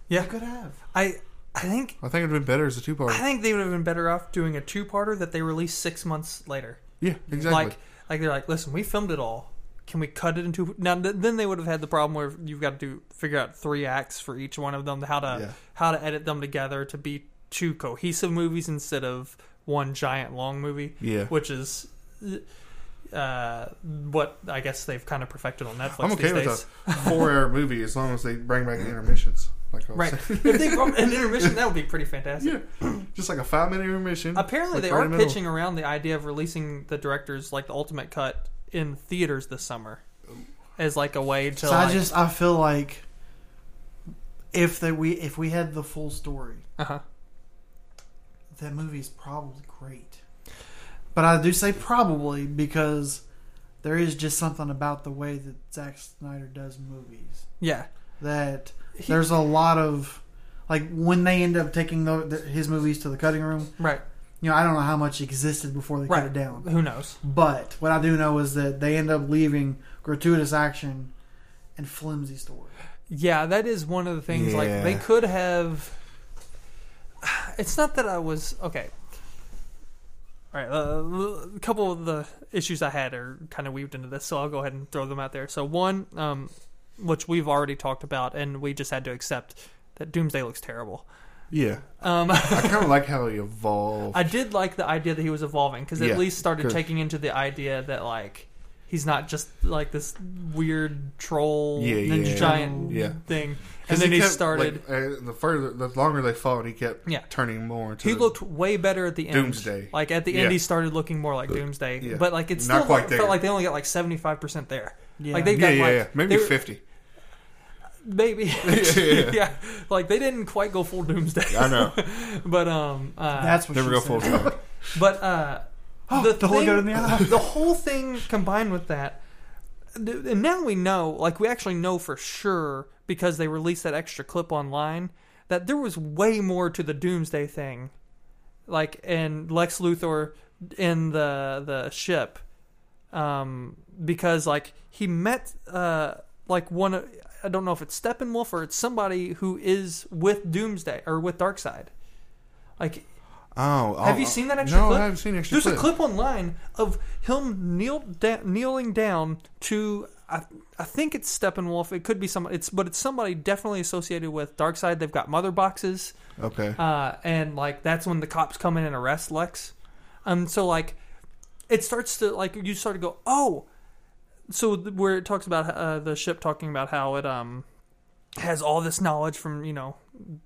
E: Yeah.
C: They could have.
E: I I think
F: I think it'd been better as a two
E: I
F: parter.
E: think they would have been better off doing a two-parter that they released six months later.
F: Yeah, exactly.
E: Like like they're like, listen, we filmed it all. Can we cut it into now? Th- then they would have had the problem where you've got to do figure out three acts for each one of them, how to
F: Yeah.
E: how to edit them together to be two cohesive movies instead of one giant long movie.
F: Yeah.
E: which is uh, what I guess they've kind of perfected on Netflix
F: I'm okay
E: these
F: with
E: days.
F: a four hour movie as long as they bring back the intermissions. Like I was
E: Right?
F: saying.
E: if they brought an intermission, that would be pretty fantastic.
F: Yeah, just like a five minute intermission.
E: Apparently,
F: like
E: they
F: right
E: are
F: in the middle.
E: pitching around the idea of releasing the director's like the ultimate cut in theaters this summer as like a way to.
C: So
E: like,
C: I just I feel like if they we if we had the full story,
E: uh-huh.
C: that movie is probably great. But I do say probably because there is just something about the way that Zack Snyder does movies.
E: yeah.
C: that there's a lot of like when they end up taking the, the, his movies to the cutting room.
E: Right.
C: You know, I don't know how much existed before they
E: Right.
C: cut it down,
E: Who knows?
C: but what I do know is that they end up leaving gratuitous action and flimsy story.
E: Yeah, that is one of the things. Like they
F: Yeah.
E: could have. It's not that I was okay. All right, uh, a couple of the issues I had are kind of weaved into this, so I'll go ahead and throw them out there. So one, um, which we've already talked about, and we just had to accept that Doomsday looks terrible.
F: Yeah,
E: Um,
F: I kind of like how he evolved.
E: I did like the idea that he was evolving because
F: Yeah,
E: at least started
F: good.
E: taking into the idea that like he's not just like this weird troll
F: Yeah,
E: ninja
F: yeah.
E: giant
F: Yeah.
E: thing. And
F: 'Cause
E: then he,
F: kept,
E: started.
F: like, uh, the further, the longer they fought, he kept
E: Yeah.
F: turning more. Into
E: he
F: the-
E: looked way better at the end.
F: Doomsday.
E: Like at the
F: Yeah.
E: end, he started looking more like Doomsday.
F: Yeah.
E: But like it's
F: Not
E: still
F: quite
E: felt
F: there.
E: like they only got like seventy five percent there.
C: Yeah.
E: Like they
F: Yeah,
E: got
F: yeah,
E: like
F: yeah. Maybe
E: they were-
F: fifty.
E: maybe
F: yeah, yeah.
E: yeah. Like they didn't quite go full Doomsday.
F: I know.
E: but um, uh,
C: That's what
F: Never
C: she
F: go
C: said.
F: full time.
E: But uh,
C: Oh, don't look it in the eye.
E: the whole thing combined with that, th- and now we know, like we actually know for sure because they released that extra clip online that there was way more to the Doomsday thing, like and Lex Luthor in the the ship, um, because like he met uh like one of. I don't know if it's Steppenwolf or it's somebody who is with Doomsday or with Darkseid. Like
F: Oh, oh,
E: have you
F: oh.
E: seen that extra
F: no,
E: clip?
F: I haven't seen the extra
E: There's
F: clip.
E: a clip online of him kneel da- kneeling down to I, I think it's Steppenwolf. It could be somebody. It's but it's somebody definitely associated with Darkseid. They've got mother boxes,
F: Okay.
E: uh, and like that's when the cops come in and arrest Lex. Um, so like it starts to like you start to go oh, so th- where it talks about uh, the ship talking about how it um has all this knowledge from you know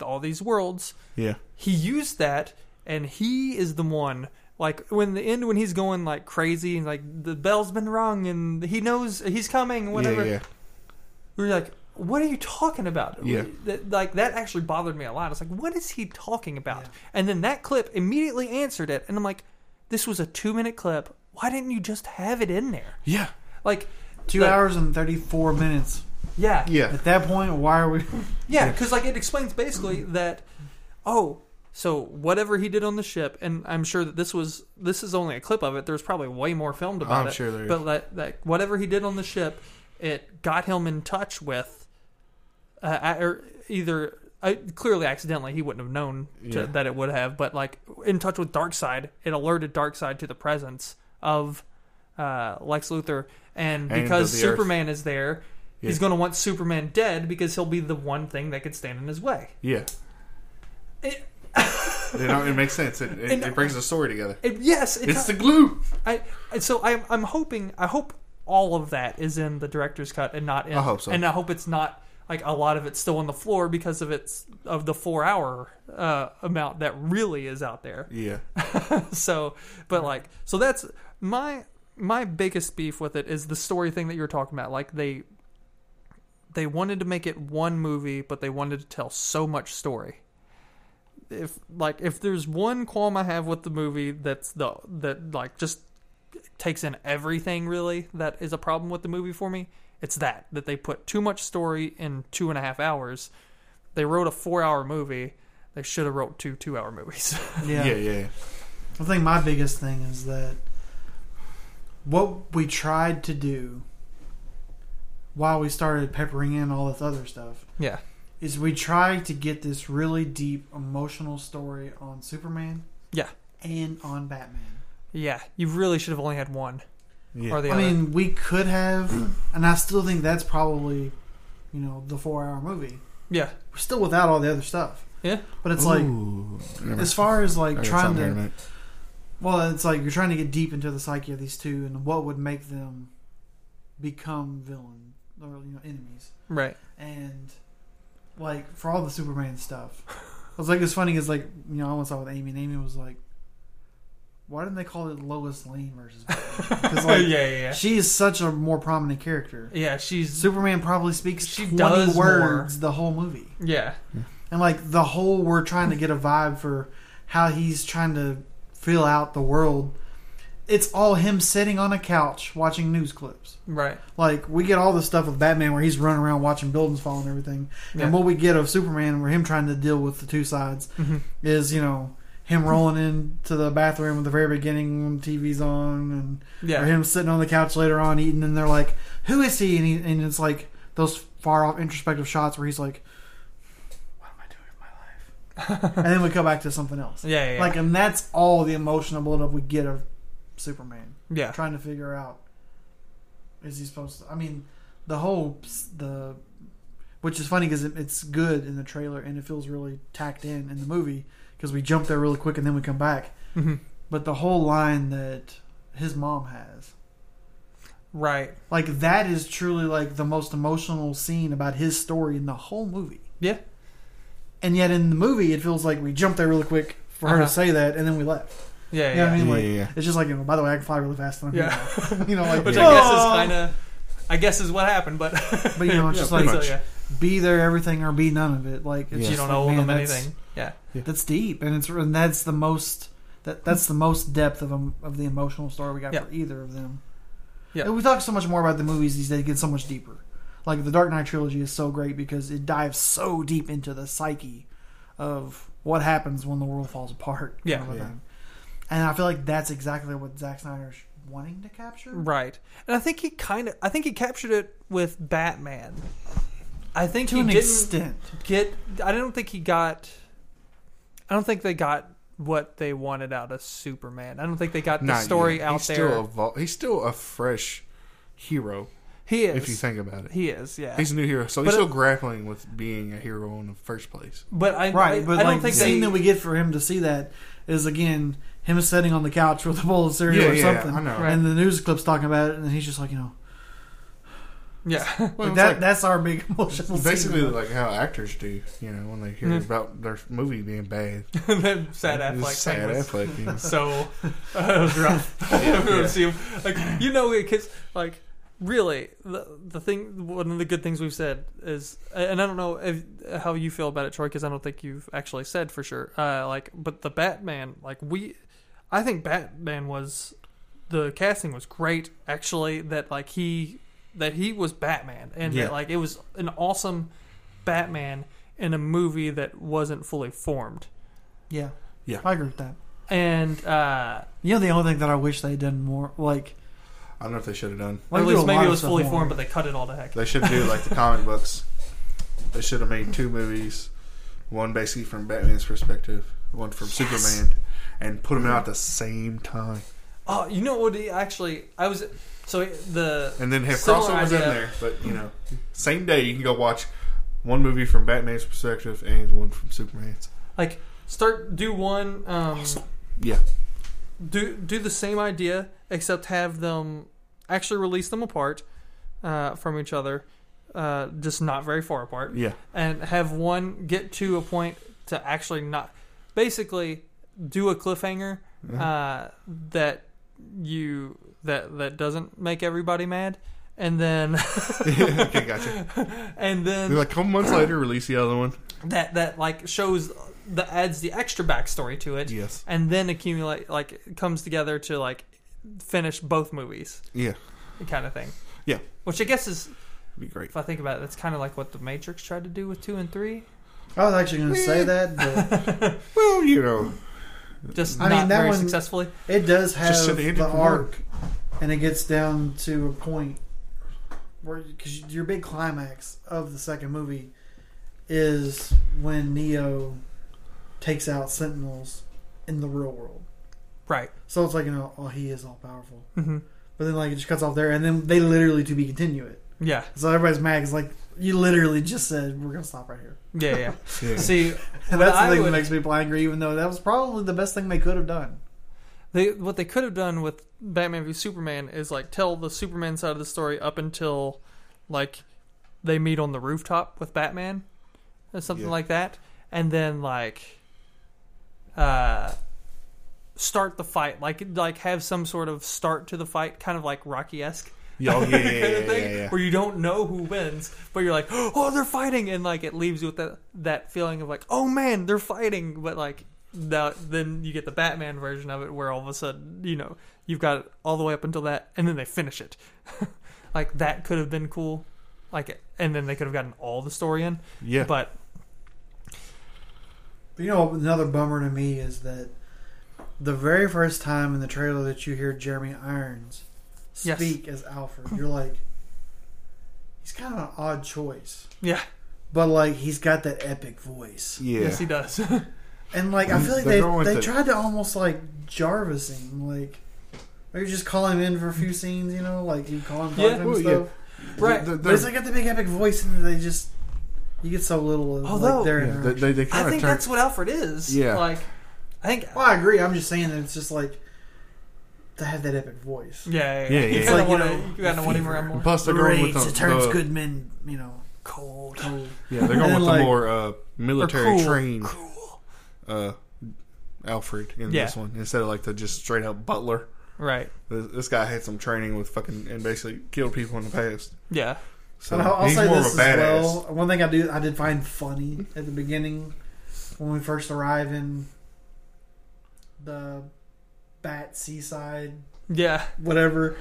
E: all these worlds
F: yeah.
E: he used that and he is the one like when the end when he's going like crazy and like the bell's been rung and he knows he's coming whatever
F: Yeah, yeah.
E: we were like what are you talking about
F: Yeah.
E: That- like that actually bothered me a lot it's like what is he talking about and then that clip immediately answered it and i'm like this was a two minute clip why didn't you just have it in there
F: Yeah.
E: like
C: Two
E: the-
C: hours and thirty four minutes.
E: yeah
F: Yeah.
C: At that point, why are we?
E: Yeah, because like it explains basically
F: Mm-hmm.
E: that, oh, so whatever he did on the ship, and I'm sure that this was this is only a clip of it. There's probably way more filmed about
F: I'm
E: it.
F: sure there is.
E: But that, that whatever he did on the ship, it got him in touch with, uh, I- or either I, clearly accidentally he wouldn't have known to,
F: Yeah.
E: that it would have, but like in touch with Darkseid, it alerted Darkseid to the presence of uh, Lex Luthor, And because
F: of the Earth.
E: Superman is there, he's
F: Yeah.
E: going to want Superman dead because he'll be the one thing that could stand in his way.
F: Yeah.
E: It-
F: you know, it makes sense. It, it,
E: And-
F: it brings the story together.
E: It, yes, it
F: It's
E: does.
F: the glue.
E: I, and so I'm, I'm hoping I hope all of that is in the director's cut and not in
F: I hope so.
E: and I hope it's not like a lot of it's still on the floor because of its of the four hour uh, amount that really is out there.
F: Yeah.
E: So but like so that's my my biggest beef with it is the story thing that you were talking about. Like they they wanted to make it one movie, but they wanted to tell so much story. If like if there's one qualm I have with the movie that's the that like just takes in everything really that is a problem with the movie for me, it's that that they put too much story in two and a half hours. They wrote a four hour movie. They should have wrote two two hour movies.
C: Yeah.
F: Yeah. Yeah. yeah.
C: I think my biggest thing is that what we tried to do while we started peppering in all this other stuff
E: yeah.
C: is we tried to get this really deep emotional story on Superman.
E: Yeah.
C: And on Batman.
E: Yeah, you really should have only had one
F: Yeah.
E: or the
C: I
E: other.
C: mean, we could have, and I still think that's probably, you know, the four hour movie.
E: yeah,
C: We're still without all the other stuff.
E: Yeah.
C: But it's
F: Ooh.
C: like,
F: Never-
C: as far as
F: I
C: like
F: got
C: trying
F: something here in a
C: to,
F: minute.
C: well, it's like you're trying to get deep into the psyche of these two and what would make them become villain or, you know, enemies.
E: right.
C: And, like, for all the Superman stuff, I was like, it's funny is like, you know, I once saw with Amy, and Amy was like, why didn't they call it Lois Lane versus Because, like,
E: yeah, yeah, yeah.
C: she is such a more prominent character.
E: Yeah, she's
C: Superman probably speaks
E: She
C: 20
E: does
C: words the whole movie.
E: yeah,
C: And like the whole we're trying to get a vibe for how he's trying to fill out the world. It's all him sitting on a couch watching news clips.
E: right.
C: Like we get all the stuff of Batman where he's running around watching buildings fall and everything.
E: Yeah.
C: And what we get of Superman where him trying to deal with the two sides
E: Mhm.
C: is, you know, him rolling into the bathroom at the very beginning when TV's on and or
E: Yeah,
C: him sitting on the couch later on eating, and they're like, "Who is he?" And, he, and it's like those far off introspective shots where he's like, "What am I doing with my life?" and then we go back to something else.
E: yeah, yeah, yeah.
C: Like, and that's all the emotional buildup we get of Superman
E: yeah.
C: trying to figure out is he supposed to? I mean, the whole s- the which is funny because it, it's good in the trailer and it feels really tacked in in the movie because we jump there really quick and then we come back.
E: Mhm.
C: But the whole line that his mom has,
E: Right.
C: like that, is truly like the most emotional scene about his story in the whole movie.
E: Yeah.
C: And yet in the movie, it feels like we jumped there really quick for her
E: Uh-huh.
C: to say that and then we left.
E: Yeah,
C: You know what
E: yeah.
C: I mean? Like,
F: Yeah, yeah, yeah.
C: It's just like, you know, by the way, I can fly really fast. And I'm
E: Yeah.
C: here now. you know, like
E: Which
F: Yeah.
E: I guess is
C: "Oh."
E: kind of, I guess is what happened. But
C: But you know, it's
E: Yeah,
C: just
E: pretty
C: like
E: much. yeah.
C: be there everything or be none of it. Like it's
F: Yeah.
E: you
C: just
E: don't
C: like,
E: owe
C: man,
E: them
C: that's-
E: anything. Yeah,
C: That's deep, and it's and that's the most that that's the most depth of em- of the emotional story we got
E: Yeah.
C: for either of them.
E: Yeah.
C: And we talk so much more about the movies these days; it gets so much deeper. Like the Dark Knight trilogy is so great because it dives so deep into the psyche of what happens when the world falls apart.
E: Yeah.
C: kind of a
F: Yeah.
C: thing. And I feel like that's exactly what Zack Snyder's wanting to capture.
E: right. And I think he kind of, I think he captured it with Batman. I think
C: To
E: he
C: an
E: didn't
C: extent,
E: get. I don't think he got. I don't think they got what they wanted out of Superman. I don't think they got the
F: Not
E: story
F: yet.
E: out
F: he's
E: there.
F: Still a vol- he's still a fresh hero
E: he is.
F: if you think about it.
E: he is, yeah.
F: He's a new hero, so
E: But uh,
F: he's still
E: it-
F: grappling with being a hero in the first place.
E: But I,
C: Right,
E: I,
C: but
E: I
C: like
E: don't think
C: the scene
E: they,
C: that we get for him to see that is again him sitting on the couch with a bowl of cereal
F: Yeah,
C: or
F: yeah,
C: something,
F: I know.
C: and the news clip's talking about it, and he's just like, you know,
E: yeah,
F: Well,
C: like
F: it's
C: that
F: like-
C: that's our big emotional.
F: It's
C: scene.
F: basically like how actors do, you know, when they hear
E: Mhm.
F: about their movie being bad.
E: and then sad Affleck
F: It's
E: thing
F: Sad
E: was
F: Affleck. you know.
E: so uh, it was rough. Everyone would see him. like you know, because like really, the the thing, one of the good things we've said is, and I don't know if, how you feel about it, Troy, because I don't think you've actually said for sure. Uh, like, but the Batman, like we, I think Batman was the casting was great actually. That like he that he was Batman, and
F: Yeah.
E: that like it was an awesome Batman in a movie that wasn't fully formed.
C: yeah,
F: Yeah.
C: I agree with that.
E: And uh,
C: You know, the only thing that I wish they'd done more, like,
F: I don't know if they should have done.
E: Or
C: like
E: at
C: do a
E: least maybe
C: lot
E: it
C: of
E: was
C: stuff
E: fully
C: more.
E: formed, but they cut it all to heck.
F: They should do like the comic books. They should have made two movies, one basically from Batman's perspective, one from Superman, and put them out at the same time.
E: Oh, you know what? Actually, I was So it- the
F: and then have
E: similar
F: crossovers in
E: idea-
F: there. But you know, same day you can go watch one movie from Batman's perspective and one from Superman's.
E: Like start do one um
F: Yeah,
E: do do the same idea except have them actually release them apart uh, from each other, uh, just not very far apart.
F: yeah,
E: and have one get to a point to actually not basically do a cliffhanger uh, that you that that doesn't make everybody mad and then
F: okay, gotcha.
E: and
F: They're
E: then
F: like, a couple months later, release the other one.
E: that that like shows the adds the extra backstory to it
F: Yes.
E: and then accumulate like it comes together to like finish both movies
F: Yeah,
E: kind of thing
F: Yeah.
E: which i guess is
F: be great.
E: if i think about it that's kind of like what the matrix tried to do with two and three
C: I was actually going to say that, but
F: Well, you know,
E: just
C: I mean,
E: not
C: that
E: very
C: one-
E: successfully
C: it does have
F: Just said it
C: the
F: didn't
C: arc, and it gets down to a point where because your big climax of the second movie is when Neo takes out Sentinels in the real world.
E: right
C: So it's like you know, oh, he is all powerful.
E: hmm
C: But then like it just cuts off there, and then they literally to be continue it.
E: yeah
C: So everybody's mad. 'cause, like you literally just said we're gonna stop right here.
E: Yeah, yeah.
F: Yeah.
E: See,
C: And
E: what
C: that's the
E: I
C: thing
E: would-
C: that makes people angry, even though that was probably the best thing they could have done.
E: they, what they could have done with Batman v Superman is like tell the Superman side of the story up until like they meet on the rooftop with Batman or something
F: Yeah.
E: like that, and then like uh start the fight like like have some sort of start to the fight, kind of like Rocky esque.
F: yeah, oh, yeah, yeah,
E: kind
F: yeah,
E: of thing
F: yeah, yeah.
E: where you don't know who wins, but you're like, oh, they're fighting, and like it leaves you with that that feeling of like, oh man, they're fighting, but like now then you get the Batman version of it where all of a sudden you know you've got it all the way up until that, and then they finish it. like that could have been cool, like and then they could have gotten all the story in,
F: yeah.
E: but
C: You know, another bummer to me is that the very first time in the trailer that you hear Jeremy Irons
E: Yes.
C: speak as Alfred, you're like, he's kind of an odd choice,
E: yeah,
C: but like he's got that epic voice,
F: yeah.
E: yes he does.
C: and like I feel like
F: They're going with
C: they they
F: the-
C: tried to almost like Jarvis him, like maybe just call him in for a few scenes, you know, like you call him, talk
E: Yeah.
C: to him and
F: Well, yeah.
C: stuff.
E: right.
F: The- the-
C: But it's like got the big epic voice, and they just you get so little of
E: Although-
C: like their
F: yeah, they,
C: interaction.
F: they, they kind
E: I
F: of
E: think
F: turn,
E: that's what Alfred is.
F: Yeah.
E: Like, I think.
C: well, Oh, I agree. I'm just saying that it's just like to have that epic voice.
E: Yeah, yeah,
F: Yeah, yeah,
E: yeah. You
F: yeah.
E: kind
C: It's like,
E: of
C: you
E: want
C: know,
E: to, you kind of want him around more.
F: Plus, they're going with
C: Rage,
F: the,
C: it turns
F: the-
C: good men, you know, cold. cold.
F: Yeah, they're going
C: And
F: with
C: like-
F: the more uh, military
E: cruel.
F: trained uh, Alfred in
E: Yeah.
F: this one instead of like the just straight up butler.
E: Right.
F: This, this guy had some training with fucking and basically killed people in the past.
E: Yeah.
F: So
C: But I'll, I'll
F: he's
C: say
F: more
C: this
F: of
C: as
F: a badass.
C: well. One thing I do, I did find funny at the beginning when we first arrive in the Bat Seaside,
E: Yeah.
C: whatever.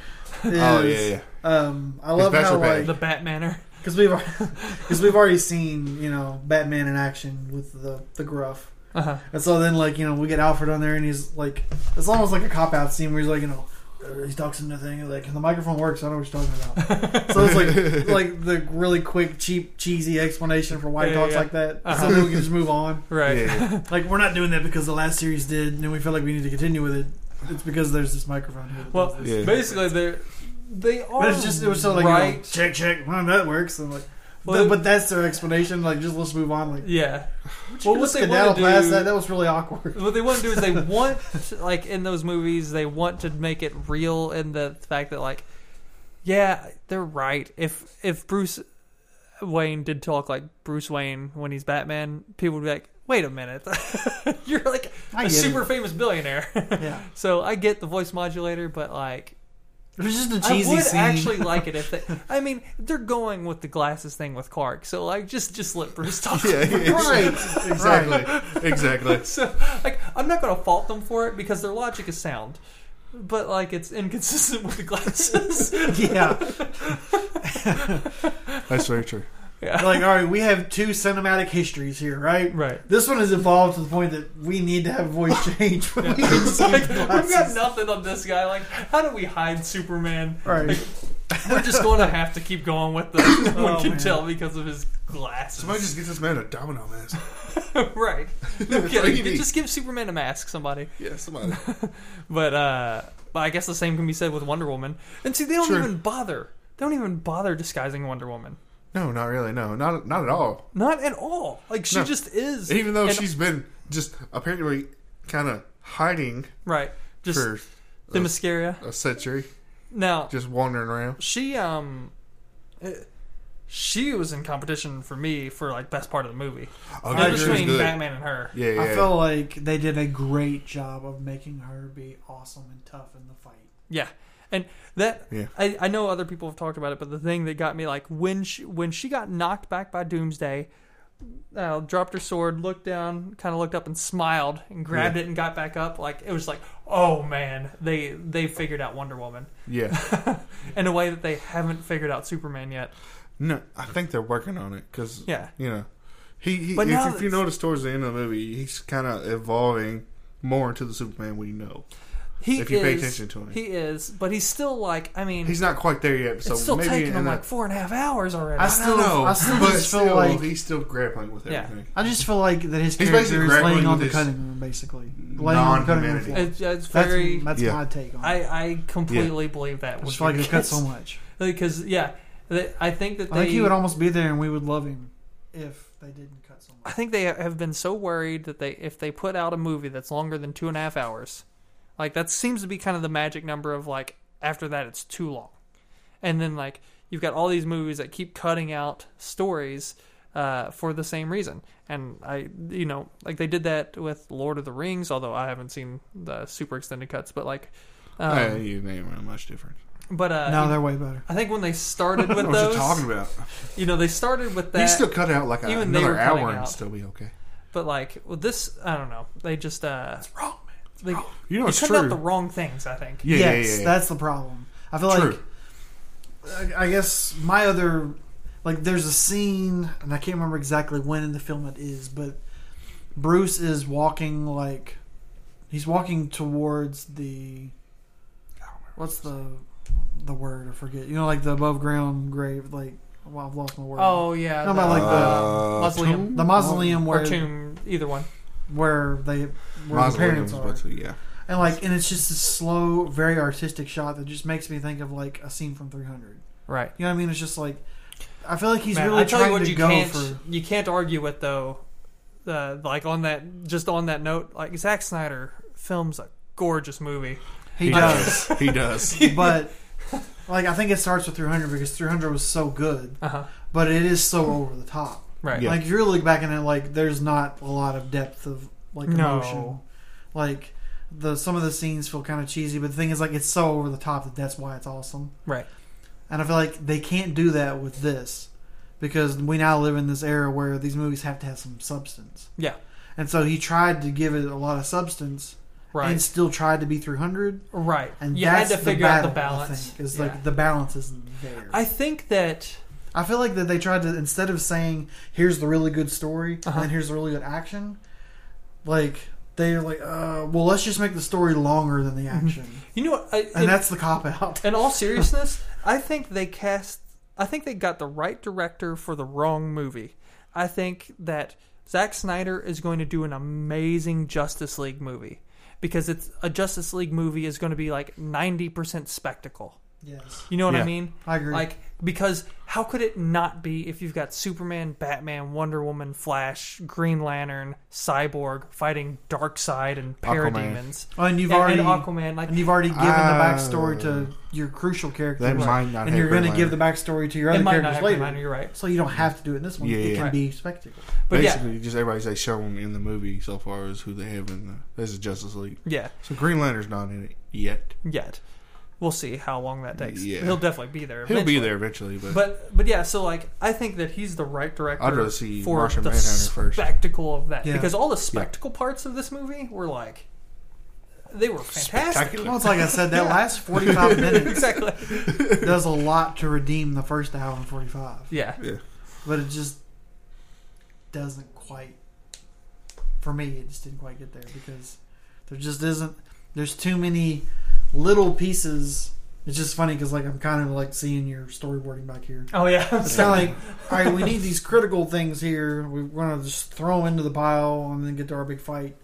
C: Is,
F: Oh yeah, yeah.
C: Um, I love how
F: bachelor pad.
C: like
E: The Batmaner.
C: because we've because we've already seen you know Batman in action with the the gruff,
E: Uh-huh.
C: and so then like you know we get Alfred on there and he's like it's almost like a cop out scene where he's like you know uh, he talks into the thing like the microphone works I don't know what you're talking about so it's like like the really quick cheap cheesy explanation for why he
E: Yeah,
C: talks
E: yeah.
C: like that
E: Uh-huh.
C: so then we can just move on
E: Right.
F: Yeah, yeah.
C: like we're not doing that because the last series did and we feel like we need to continue with it it's because there's this microphone here that
E: Well,
C: does this.
F: Yeah.
E: basically, they're they are.
C: But it's just it was so like you know,
E: right.
C: check check well, that works and like but,
E: Well,
C: but that's their explanation like just let's move on like
E: yeah. Well, what
C: just
E: they
C: skedaddle
E: want to
C: past
E: do,
C: that that was really awkward
E: what they want to do is they want, like in those movies, they want to make it real in the fact that, like, yeah, they're right. If if Bruce Wayne did talk like Bruce Wayne when he's Batman, people would be like, "Wait a minute, you're like
C: I
E: a
C: get it.
E: super famous billionaire."
C: yeah
E: so I get the voice modulator, but like,
C: it was just a
E: I
C: cheesy
E: would
C: scene
E: actually like it if they. I mean, they're going with the glasses thing with Clark, so like, just just let Bruce talk.
F: Yeah, yeah,
C: right
F: exactly, exactly.
E: So like, I'm not gonna fault them for it because their logic is sound, but like, it's inconsistent with the glasses.
C: yeah
F: That's very true.
C: like all right we have two cinematic histories here right
E: Right.
C: this one is evolved to the point that we need to have voice change when we
E: Like,
C: change
E: we've got
C: glasses.
E: nothing on this guy. Like, how do we hide Superman?
C: All right.
E: We're just going to have to keep going with the. No one
C: Oh,
E: can
C: man.
E: tell because of his glasses.
F: Somebody just get this man a domino mask.
E: right. No
F: all you
E: kidding.
F: need.
E: Just give Superman a mask, somebody.
F: Yeah, somebody.
E: But uh But I guess the same can be said with Wonder Woman. And see, they don't
F: Sure.
E: even bother. They don't even bother disguising Wonder Woman.
F: No, not really. No, not not at all.
E: Not at all. Like she just is.
F: Even though
E: And-
F: she's been just apparently kind of hiding
E: right, just
F: for
E: the mascara.
F: a century,
E: Now
F: just wandering around.
E: she um, eh, she was in competition for me for like best part of the movie.
F: Oh,
E: Not
F: yeah, she was
E: between
F: good.
E: Batman and her.
F: Yeah, yeah.
C: I feel like they did a great job of making her be awesome and tough in the fight.
E: Yeah, and that
F: Yeah.
E: I, I know other people have talked about it, but the thing that got me like when she when she got knocked back by Doomsday, uh, dropped her sword, looked down, kind of looked up and smiled and grabbed it and got back up. Like it was like, oh man, they they figured out Wonder Woman
F: yeah.
E: in a way that they haven't figured out Superman yet.
F: No, I think they're working on it because
E: Yeah.
F: you know, he. he
E: But
F: if,
E: now
F: if you
E: that's-
F: notice towards the end of the movie, he's kind of evolving more into the Superman we know.
E: He
F: If you
E: is,
F: pay attention to him.
E: he is, but he's still like I mean,
F: He's not quite there yet, so
E: it's still
F: maybe
E: taking
F: in
E: him
F: a-
E: like four and a half hours already.
C: I
F: I
C: still,
F: don't know,
C: I still
F: but
C: just feel
F: still,
C: like
F: he's still grappling with
E: Yeah.
F: everything.
C: I just feel like that his
F: He's
C: character
F: basically
C: is laying
F: grappling
C: on the
F: with his
C: cutting room, basically laying on the cutting room
F: non-humanity.
C: floor.
E: it's, it's
C: That's,
E: very.
C: that's
F: Yeah.
C: my take on
E: I,
C: it.
E: I completely believe that.
C: I
E: was
C: just feel like
E: the
C: they cut
E: case.
C: so much.
E: Because yeah, they, I think that
C: I
E: they.
C: think he would almost be there, and we would love him if they didn't cut so
E: I
C: much.
E: think they have been so worried that they, if they put out a movie that's longer than two and a half hours, like that seems to be kind of the magic number of like after that it's too long, and then like you've got all these movies that keep cutting out stories. Uh, for the same reason, and I, you know, like they did that with Lord of the Rings. Although I haven't seen the super extended cuts, but like, um,
F: Yeah, you ain't really much different.
E: but uh,
C: No, they're way better.
E: I think when they started with
F: What was
E: those,
F: you talking about?
E: you know, they started with that.
F: He still cut out like a,
E: even they
F: another
E: were cutting
F: hour and
E: out.
F: still be okay.
E: But like, well, this I don't know. They just uh, it's wrong, man. They,
F: You know,
E: they
F: it's
E: cut
F: true.
E: out the wrong things. I think.
F: yeah,
C: yes,
F: yeah, yeah, yeah.
C: that's the problem. I feel
F: True.
C: like I, I guess my other like there's a scene, and I can't remember exactly when in the film it is, but Bruce is walking like he's walking towards the what's the the word I forget. You know, like the above ground grave. Like well, I've lost my word.
E: Oh yeah.
C: No, but like
F: the-
E: um, mausoleum
C: the mausoleum
E: or
C: where
E: tomb, either one.
C: where they where the
F: Mausoleum's
C: parents are.
F: what to- yeah.
C: And like, and it's just a slow, very artistic shot that just makes me think of like a scene from 300.
E: Right.
C: You know what I mean? It's just like, I feel like he's
E: Man,
C: really
E: I tell you
C: trying
E: what,
C: to
E: you
C: go
E: can't
C: for.
E: you can't argue with though. Uh, like on that, just on that note, like Zack Snyder films a gorgeous movie.
C: He does,
F: he does.
C: but like I think it starts with 300 because 300 was so good,
E: Uh huh.
C: but it is so over the top.
E: Right.
F: Yeah.
C: Like if you really look back and it, like there's not a lot of depth of like
E: No.
C: emotion. Like the some of the scenes feel kind of cheesy, but the thing is like it's so over the top that that's why it's awesome.
E: Right.
C: And I feel like they can't do that with this because we now live in this era where these movies have to have some substance.
E: Yeah.
C: And so he tried to give it a lot of substance
E: Right.
C: and still tried to be 300.
E: right.
C: And
E: you had
C: that's
E: to
C: the
E: figure
C: battle,
E: out the balance.
C: I think, is
E: Yeah.
C: like the balance isn't there.
E: I think that
C: I feel like that they tried to instead of saying here's the really good story
E: Uh-huh.
C: and here's the really good action, like they're like, uh, well, let's just make the story longer than the
E: Mm-hmm.
C: action,
E: you know what I,
C: and that's the cop out.
E: In all seriousness, I think they cast. I think they got the right director for the wrong movie. I think that Zack Snyder is going to do an amazing Justice League movie because it's a Justice League movie is going to be like ninety percent spectacle.
C: Yes,
E: You know what I
F: Yeah.
E: mean?
C: I agree.
E: Like because how could it not be if you've got Superman, Batman, Wonder Woman, Flash, Green Lantern, Cyborg fighting Darkseid and
F: Aquaman.
E: parademons
C: Oh, and you've
E: and,
C: already
E: and Aquaman? Like
C: and you've already given the
F: Ah.
C: backstory to your crucial character,
F: That might not
C: and you're
F: happen
C: going to give
F: later.
C: the backstory to your
E: it
C: other
E: might not
C: characters
E: have
C: later,
E: been minor, You're right,
C: so you don't have to do it in this one.
F: Yeah,
C: it
F: yeah.
C: can
E: Right.
C: be spectacle.
E: but yeah,
F: Basically, just everybody's they shown in the movie so far is who they have in the. This is Justice League.
E: yeah.
F: So Green Lantern's not in it yet.
E: yet. We'll see how long that takes.
F: Yeah.
E: He'll definitely be there.
F: He'll
E: eventually.
F: be there eventually, but,
E: But but yeah, so like I think that he's the right director.
F: I'd rather see
E: for
F: Martian
E: the
F: Manhunter first.
E: spectacle of that
C: Yeah.
E: because all the spectacle parts of this movie were like they were fantastic.
F: spectacular.
C: Well, it's like I said, that last 45 minutes
E: exactly.
C: does a lot to redeem the first hour and 45.
E: Yeah.
C: but it just doesn't quite for me it just didn't quite get there because there just isn't there's too many little pieces it's just funny because like i'm kind of like seeing your storyboarding back here
E: Oh yeah.
C: it's kind of like all right we need these critical things here we're going to just throw them into the pile and then get to our big fight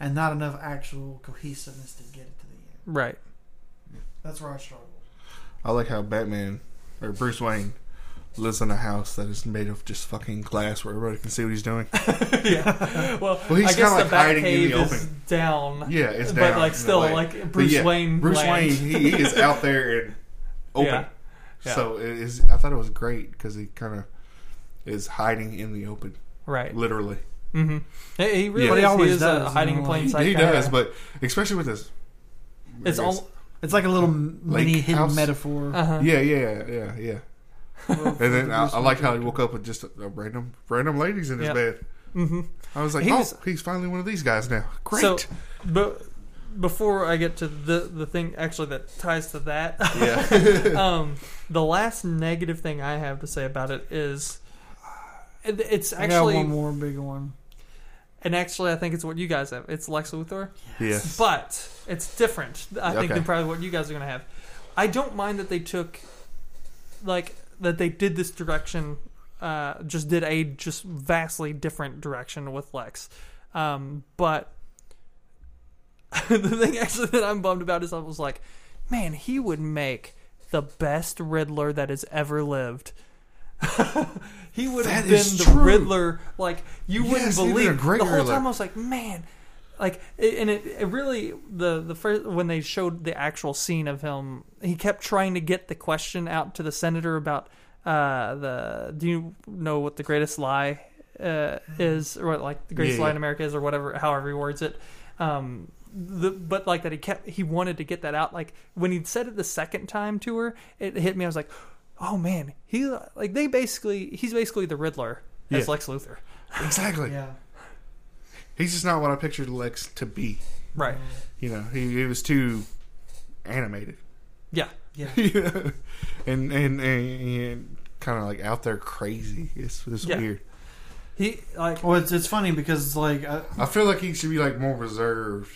C: and not enough actual cohesiveness to get it to the end
E: right.
C: That's where I struggle.
F: I like how Batman or Bruce Wayne lives in a house that is made of just fucking glass where everybody can see what he's doing.
E: yeah. Well,
F: Well, he's
E: I guess
F: kinda like
E: the Batcave
F: hiding in the
E: is down.
F: Yeah, it's
E: but
F: down.
E: like
F: in a
E: still
F: way.
E: like
F: But
E: Bruce
F: yeah,
E: Wayne.
F: Bruce
E: land.
F: Wayne, he, he is out there and open.
E: Yeah. Yeah.
F: So it is. I thought it was great because he kind of is hiding in the open,
E: right.
F: literally.
E: Mm-hmm. He, he really
F: But
E: is.
C: he
E: He,
C: always
E: is
C: does,
E: a
C: you
E: hiding in
C: know,
E: plain
F: He,
E: sight.
F: he
E: guy.
F: does, but especially with this.
E: uh, It's
F: I guess-
E: all.
C: It's like a little mini
F: Lake
C: hidden
F: house.
C: metaphor.
E: Uh-huh.
F: Yeah, yeah, yeah, yeah. and then I, I like how he woke up with just a, a random, random ladies in his
E: Yep.
F: bed.
E: Mm-hmm.
F: I was like,
E: He
F: oh,
E: was-
F: he's finally one of these guys now. Great.
E: So, but before I get to the the thing actually that ties to that, um, the last negative thing I have to say about it is it- it's
C: I got
E: actually
C: one more big one.
E: and actually I think it's what you guys have. It's Lex Luthor,
F: yes.
E: but it's different. I think
F: Okay.
E: than probably what you guys are gonna have. I don't mind that they took like that they did this direction. Uh, just did a just vastly different direction with Lex, um, but the thing actually that I'm bummed about is I was like, man, he would make the best Riddler that has ever lived. he would have
F: That
E: been
F: is
E: the
F: true.
E: Riddler. Like you wouldn't
F: Yes, he did a
E: believe.
F: great
E: the whole
F: Riddler.
E: time I was like, man, like, it- and it, it really the the first when they showed the actual scene of him, he kept trying to get the question out to the senator about uh the do you know what the greatest lie uh is or what like the greatest
F: Hmm. Yeah,
E: lie
F: yeah.
E: in America is or whatever however he words it um the but like that he kept he wanted to get that out like when he said it the second time to her it hit me I was like oh man he like they basically he's basically the Riddler as
F: Yeah.
E: Lex Luthor
F: Exactly.
C: Yeah.
F: He's just not what I pictured Lex to be.
E: right
F: You know, he, he was too animated.
E: yeah
F: Yeah. and and and, and kind of like out there crazy. It's, it's
E: Yeah.
F: weird.
E: he like
C: Well, it's, it's funny because it's like uh,
F: I feel like he should be like more reserved.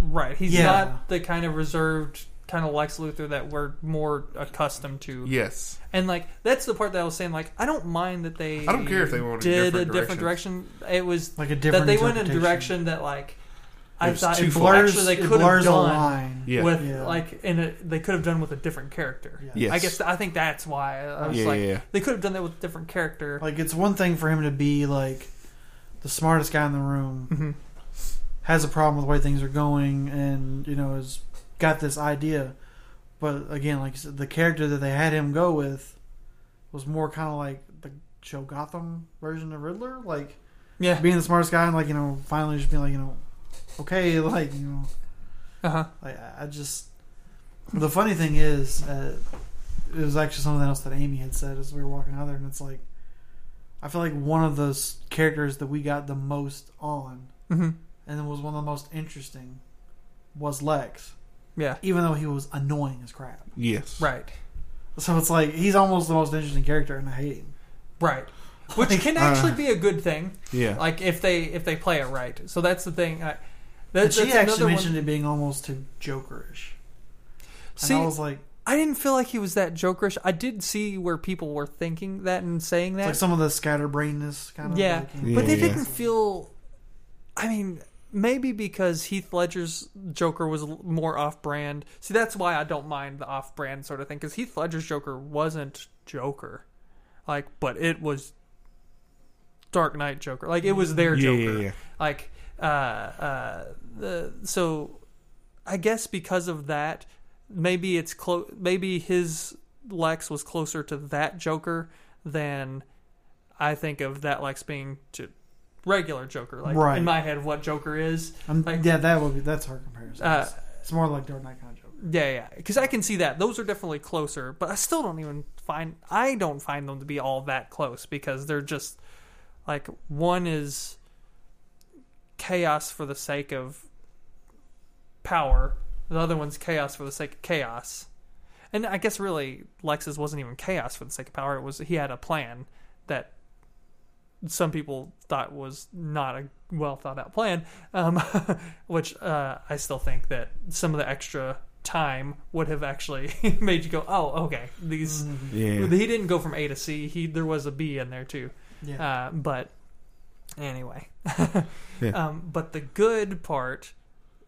E: right he's
C: Yeah.
E: not the kind of reserved kind of Lex Luthor that we're more accustomed to
F: Yes.
E: And like that's the part that I was saying. Like I don't mind that they.
F: I don't care if they went a
E: did
F: different
E: a different direction. It was
C: like a
E: that
C: different.
E: they went in a
C: interpretation.
E: direction that like I
F: It was
E: thought
F: too
E: it
F: far.
E: blurs,
C: Blurs,
E: actually they
C: it
E: could have
C: blurs a
E: done
C: line.
F: Yeah.
E: with
C: Yeah.
E: like in a they could have done with a different character.
C: Yeah.
F: Yes.
E: I guess I think that's why uh, I was
F: Yeah,
E: like
F: yeah, yeah.
E: they could have done that with a different character.
C: Like it's one thing for him to be like the smartest guy in the room,
E: Mhm.
C: has a problem with the way things are going, and you know has got this idea. But again, like you said, the character that they had him go with was more kind of like the Joe Gotham version of Riddler, like
E: Yeah.
C: being the smartest guy and like you know finally just being like you know okay like you know
E: Uh huh.
C: like I- I just the funny thing is, uh, it was actually something else that Amy had said as we were walking out there, and it's like I feel like one of those characters that we got the most on,
E: hmm
C: and it was one of the most interesting, was Lex,
E: Yeah.
C: even though he was annoying as crap.
F: Yes.
E: Right.
C: So it's like he's almost the most interesting character, and I hate him.
E: Right. Which
C: uh,
E: can actually be a good thing,
F: Yeah.
E: like if they if they play it right. So that's the thing. I, that,
C: And she
E: that's
C: actually
E: another one-
C: mentioned it being almost too Jokerish,
E: See,
C: and I was like,
E: I didn't feel like he was that jokerish. I did see where people were thinking that and saying
C: it's like
E: that.
C: some of the scatterbrainness kind of
E: yeah.
C: like, you know,
E: But they
F: Yeah.
E: didn't feel I mean, maybe because Heath Ledger's Joker was l- more off-brand. See, that's why I don't mind the off-brand sort of thing cuz Heath Ledger's Joker wasn't Joker. Like, but it was Dark Knight Joker. Like it was their
F: Yeah,
E: Joker.
F: yeah, yeah.
E: Like uh uh the, so I guess because of that, maybe it's close. Maybe his Lex was closer to that Joker than I think of that Lex being to regular Joker. Like
C: Right.
E: in my head, of what Joker is.
C: I'm-
E: Like-
C: yeah, that would be that's her comparison.
E: Uh,
C: It's more like Dark Knight kind of Joker.
E: yeah, yeah. Because I can see that those are definitely closer, but I still don't even find I don't find them to be all that close because they're just like one is chaos for the sake of power, the other one's chaos for the sake of chaos. And I guess really Lexus wasn't even chaos for the sake of power. It was he had a plan that some people thought was not a well thought out plan, um, which uh, I still think that some of the extra time would have actually made you go, oh, okay, these.
F: Yeah.
E: He didn't go from A to C. He there was a B in there too.
C: Yeah.
E: Uh, but anyway,
F: Yeah.
E: um, but the good part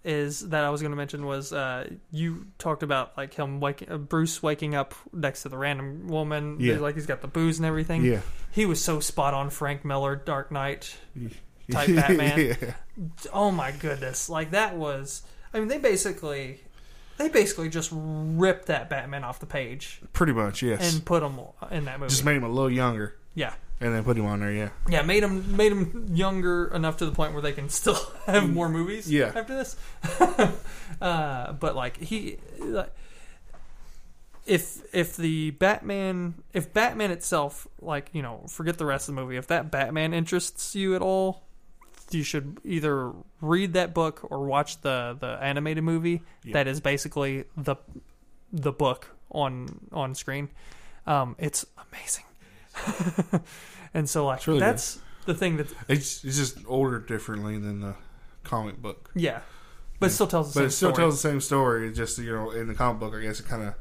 E: is that I was going to mention was uh, you talked about like him waking uh, Bruce waking up next to the random woman.
F: Yeah.
E: He's Like he's got the booze and everything.
F: Yeah.
E: He was so spot on Frank Miller Dark Knight type Batman.
F: yeah.
E: Oh my goodness. Like that was I mean they basically they basically just ripped that Batman off the page
F: Pretty much, yes.
E: and put him in that movie.
F: Just made him a little younger.
E: yeah.
F: And then put him on there, yeah.
E: Yeah, made him made him younger enough to the point where they can still have more movies.
F: Yeah.
E: After this, uh, but like he, like, if if the Batman, if Batman itself, like you know, forget the rest of the movie. If that Batman interests you at all, you should either read that book or watch the the animated movie. That is basically the the book on on screen. Um, it's amazing. and so like
F: really good.
E: that's the thing that
F: It's, it's just ordered differently than the comic book.
E: yeah, but it still tells
F: But
E: the same
F: it still
E: story.
F: tells the same story. It's just, you know, in the comic book, I guess it kind of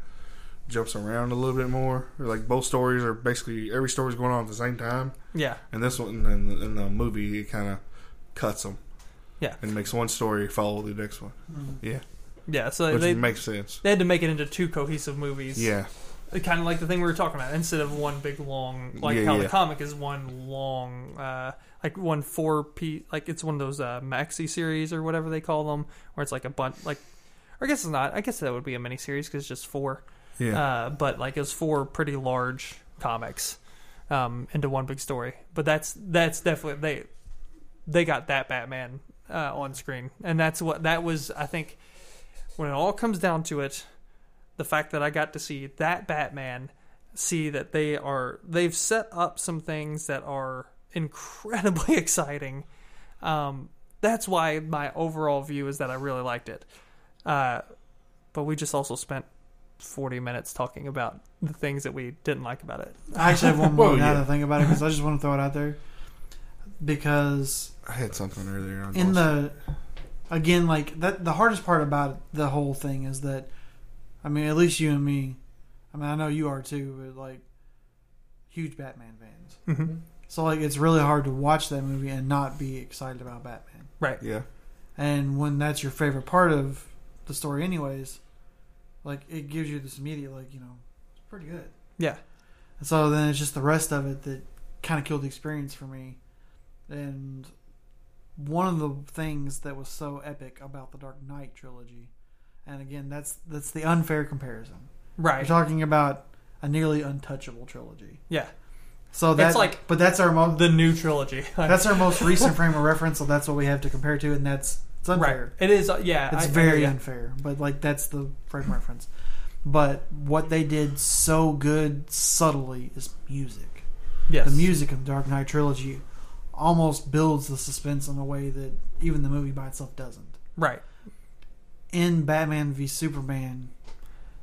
F: jumps around a little bit more. Or, Like, both stories are basically, every story's going on at the same time.
E: yeah,
F: And this one, in the, in the movie, it kind of cuts them.
E: Yeah.
F: And makes one story follow the next one. Yeah.
E: yeah. So
F: Which
E: they
F: makes sense.
E: they had to make it into two cohesive movies.
F: Yeah.
E: kind of uh, like the thing we were talking about. Instead of one big long, like
F: Yeah,
E: how
F: yeah.
E: the comic is one long, uh, like one four piece, like it's one of those uh, maxi series or whatever they call them, where it's like a bunch, like. Or I guess it's not. I guess that would be a mini series because it's just four.
F: Yeah.
E: Uh, but like it was four pretty large comics um, into one big story. But that's that's definitely they they got that Batman uh, on screen, and that's what that was. I think when it all comes down to it, the fact that I got to see that Batman, see that they are they've set up some things that are incredibly exciting. Um, that's why my overall view is that I really liked it. Uh, but we just also spent 40 minutes talking about the things that we didn't like about it.
C: I actually have one more
F: Well,
C: now
F: yeah.
C: to think about it because I just want to throw it out there because
F: I had something earlier. I
C: in
F: lost it.
C: the again like that the hardest part about the whole thing is that I mean at least you and me I mean I know you are too but like huge Batman fans
F: Mm-hmm.
E: Mhm.
C: so like it's really hard to watch that movie and not be excited about Batman
E: Right.
F: Yeah.
C: and when that's your favorite part of the story anyways like it gives you this immediate like you know it's pretty good
E: Yeah.
C: and so then it's just the rest of it that kind of killed the experience for me. And one of the things that was so epic about the Dark Knight trilogy, and again, that's that's the unfair comparison. We're
E: Right.
C: talking about a nearly untouchable trilogy.
E: Yeah.
C: So
E: That's
C: that's
E: like-
C: like, but that's our mo-
E: The new trilogy. Like,
C: that's our most recent frame of reference. So that's what we have to compare to, and that's it's
E: right.
C: unfair.
E: It is. uh, Yeah.
C: It's
E: I- I-
C: very
E: yeah.
C: unfair, but like that's the frame reference. But what they did so good subtly is music
E: Yes.
C: the music of Dark Knight trilogy almost builds the suspense in a way that even the movie by itself doesn't.
E: Right.
C: In Batman v Superman,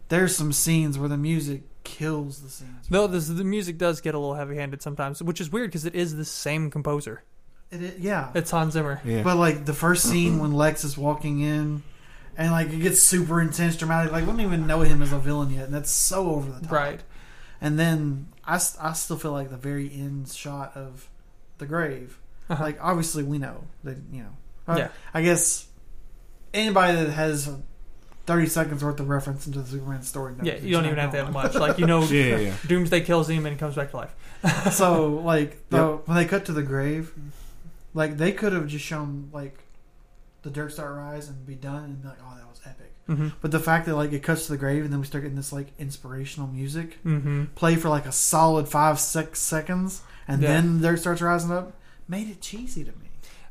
C: there's some scenes where the music kills the scenes.
E: Though this, the music does get a little heavy-handed sometimes, which is weird because it is the same composer.
C: It, it- yeah.
E: It's Hans Zimmer.
F: Yeah.
C: But like the first scene when Lex is walking in and like it gets super intense, dramatic. Like we don't even know him as a villain yet, and that's so over the top.
E: Right.
C: And then I, s- I still feel like the very end shot of the grave.
E: Uh-huh.
C: Like obviously we know that you know. Uh,
E: Yeah.
C: I guess anybody that has thirty seconds worth of reference into the Superman story. Knows
E: Yeah. You don't even have to have much. Like you know,
F: Yeah, yeah.
E: Doomsday kills him and he comes back to life.
C: much. so like the, when they cut to the grave, like they could have just shown like the dirt star rise and be done and be like oh that was epic.
E: Mm-hmm.
C: But the fact that like it cuts to the grave and then we start getting this like inspirational music.
E: Mm-hmm.
C: play for like a solid five six seconds and
E: Yeah.
C: then there starts rising up made it cheesy to me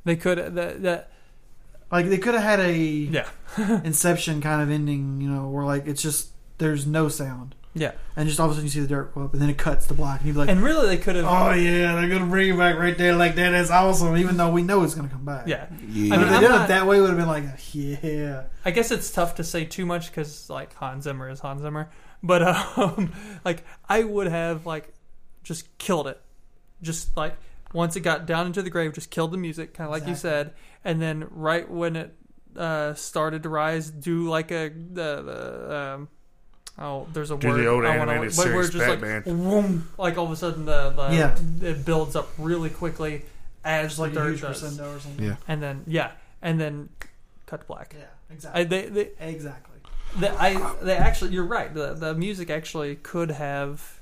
E: They could. That. that
C: like they could have had a
E: yeah.
C: inception kind of ending you know where like it's just there's no sound
E: Yeah.
C: and just all of a sudden you see the dirt go up and then it cuts to black and you'd be like
E: And really, they could have.
C: oh yeah they're gonna bring it back right there like that that's awesome even though we know it's gonna come back
E: yeah.
C: I mean,
E: I'm
C: if they done
E: not-
C: it that way would have been like yeah
E: I guess it's tough to say too much because like Hans Zimmer is Hans Zimmer, but um, like I would have like just killed it, just like once it got down into the grave, just killed the music, kind of like you said, and then right when it uh, started to rise, do like a the, the um, oh there's a
F: Do
E: word
F: the old
E: I wanna,
F: animated
E: but we're
F: series
E: just like
F: Batman.
E: boom, like all of a sudden the, the
C: Yeah.
E: it builds up really quickly as
C: just like
E: the
C: a
E: third
C: huge
E: does
C: crescendo or something
F: Yeah.
E: and then yeah, and then cut to black.
C: Yeah,
E: I,
C: exactly.
E: they, they,
C: exactly.
E: they, I, they actually, you're right. The, the music actually could have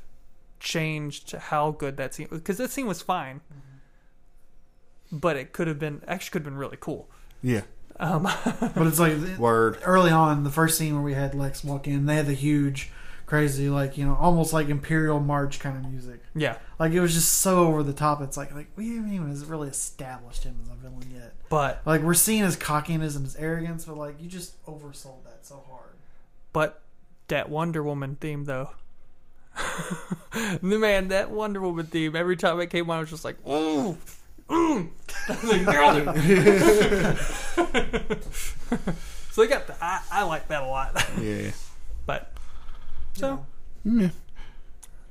E: changed how good that scene because that scene was fine, but it could have been actually could have been really cool.
F: Yeah.
E: Um,
C: But it's like the-
F: Word.
C: early on, the first scene where we had Lex walk in, they had the huge, crazy, like you know, almost like Imperial March kind of music.
E: yeah,
C: Like it was just so over the top. It's like like we haven't even really established him as a villain yet.
E: but
C: Like we're seeing his cockiness and his arrogance, but like you just oversold that so hard.
E: but that Wonder Woman theme though. Man, that Wonder Woman theme. Every time it came on, I was just like, "Ooh, ooh, they nailed it." so they got. The, I, I like that a lot,
F: Yeah.
E: but so
F: Yeah.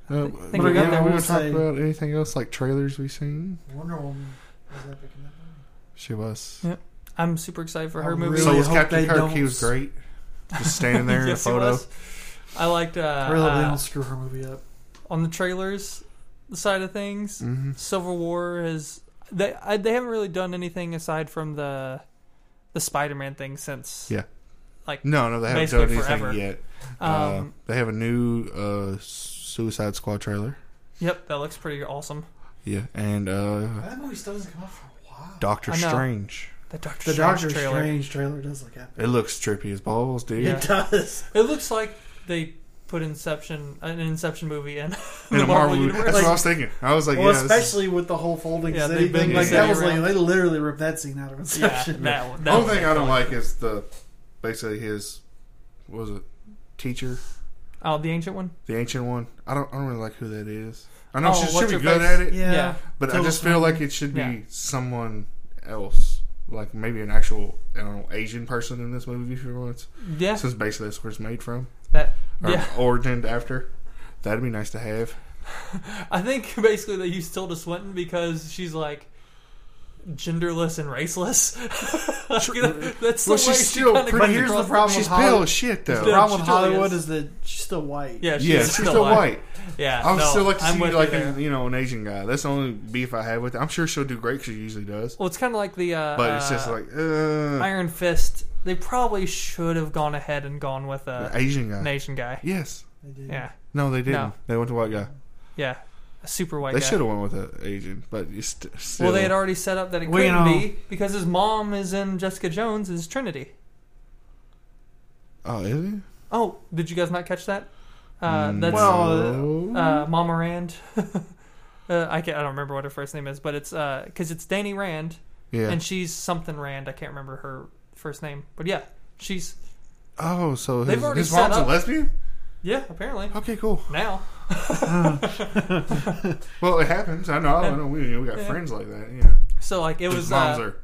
F: Um,
E: I think
F: but
E: we got
F: yeah,
C: there.
F: we
C: We'll
F: want to talk
C: say-
F: about anything else like trailers we seen.
C: Wonder Woman was epic in that movie.
F: She was.
E: I'm super excited for
C: I
E: her movie.
C: really
F: so was
C: hope
F: Captain
C: they
F: Kirk.
C: don't-
F: He was great. Just standing there
E: Yes,
F: in
E: it
F: a photo.
E: was. I liked uh,
C: I really hope they
E: uh,
C: don't screw her movie up.
E: on the trailers side of things.
F: Mm-hmm.
E: Civil War has they I, they haven't really done anything aside from the the Spider-Man thing since.
F: Yeah. No, no, they haven't
E: Basically
F: done anything
E: forever.
F: yet. uh,
E: Um,
F: they have a new uh, Suicide Squad trailer.
E: yep, that looks pretty awesome.
F: Yeah, and uh,
C: That movie still doesn't come out for a while.
F: Doctor
E: I know.
F: Strange.
E: The Doctor
C: the
E: Strange
C: Doctor
E: trailer.
C: Strange trailer does look epic.
F: It looks trippy as balls, dude.
E: Yeah.
C: It does.
E: It looks like they put Inception an Inception movie in
F: In
E: the
F: a Marvel movie.
E: universe.
F: That's what I was thinking. I was like,
C: well,
F: yeah, this is-
C: especially with the whole folding
E: Yeah,
C: city
E: they've been
C: thing. Like
F: busy
C: that was
E: around.
C: like they literally ripped that scene out of
E: yeah,
C: Inception.
E: that one.
F: The
E: That
F: only
E: one.
F: thing I don't like is the basically his what was it teacher,
E: Oh, the ancient one.
F: the ancient one. I don't I don't really like who that is. I know
E: Oh,
F: she should
E: what's
F: be
E: her
F: good
E: face?
F: at it,
C: Yeah.
E: Yeah.
F: but I
C: Tilda
F: just feel
C: Swinton.
F: like it should be
E: Yeah.
F: someone else, like maybe an actual I don't know Asian person in this movie for once,
E: Yeah.
F: since basically that's where it's made from
E: that.
F: or
E: Yeah.
F: origined after. That'd be nice to have.
E: I think basically they used Tilda Swinton because she's like genderless and raceless. Like, that- that's the
F: uh, Well,
E: way
F: she's
E: she
F: still
E: kinda
F: pretty-
E: comes
F: here's the
E: across.
C: problem
F: She's
C: with Holly-
F: pale as shit though.
C: The
E: Yeah,
C: problem
E: she
C: with
E: totally
C: Hollywood
E: is.
C: is. that she's still white.
E: Yeah, she's
F: yeah, she's
E: still,
F: still
E: alive.
F: white.
E: Yeah,
F: I would
E: no,
F: still like to
E: I'm
F: see
E: with
F: like
E: you there.
F: an, you know an Asian guy. That's the only beef I have with. It. I'm sure she'll do great 'cause she usually does.
E: Well, it's kind of like the uh,
F: But it's just
E: uh,
F: like uh,
E: Iron Fist. They probably should have gone ahead and gone with
F: the
E: a
F: Asian guy.
E: an Asian guy.
F: Yes.
C: They did.
E: Yeah,
F: No, they didn't.
E: No.
F: They went to white guy.
E: yeah, a super white
F: they
E: guy.
F: should have went with an Asian, but you st- still.
E: Well, they had already set up that it
C: Well, you
E: couldn't
C: know-
E: be because his mom is in Jessica Jones as Trinity.
F: Oh, is it?
E: Oh, did you guys not catch that? Uh,
F: Mm,
E: that's
F: Oh, No.
E: uh, Mama Rand. uh, I can't, I don't remember what her first name is, but it's because it's Danny Rand
F: yeah.
E: and she's something Rand. I can't remember her first name, but yeah, she's
F: oh, so
E: They've
F: his,
E: already
F: his
E: set
F: mom's a
E: up-
F: lesbian.
E: yeah apparently
F: Okay, cool.
E: now.
F: Well, it happens. I know. I know. We, we got
E: Yeah.
F: friends like that. Yeah.
E: So like it
F: His
E: was
F: moms
E: uh,
F: are.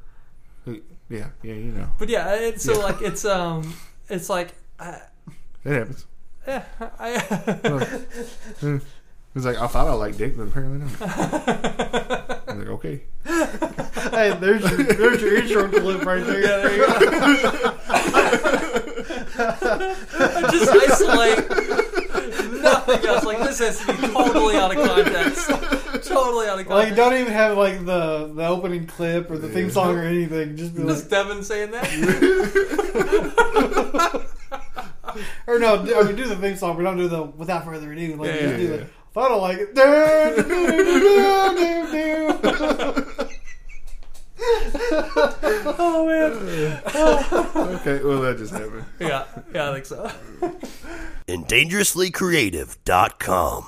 F: who- Yeah, yeah, you know,
E: but yeah, it's, so
F: Yeah.
E: like it's um it's like uh,
F: it happens.
E: yeah I.
F: It's like I thought I liked dick, but apparently not. I'm like, okay,
C: Hey, there's your, there's your intro clip right there.
E: just isolate nothing else. Like this has to be totally out of context. Totally out of
C: Like,
E: context.
C: don't even have like the the opening clip or the theme song or anything. Just be like,
E: Just Devin saying that.
C: or no, do, I mean, do the theme song, but don't do the without further ado. Like,
E: Yeah,
C: just
E: yeah,
C: do
F: yeah.
C: the. If I don't like it, dun, dun, dun, dun, dun, dun.
E: Oh man.
F: okay. Well, that just happened.
E: Yeah, yeah, I think so.
G: and dangerouslycreative.com.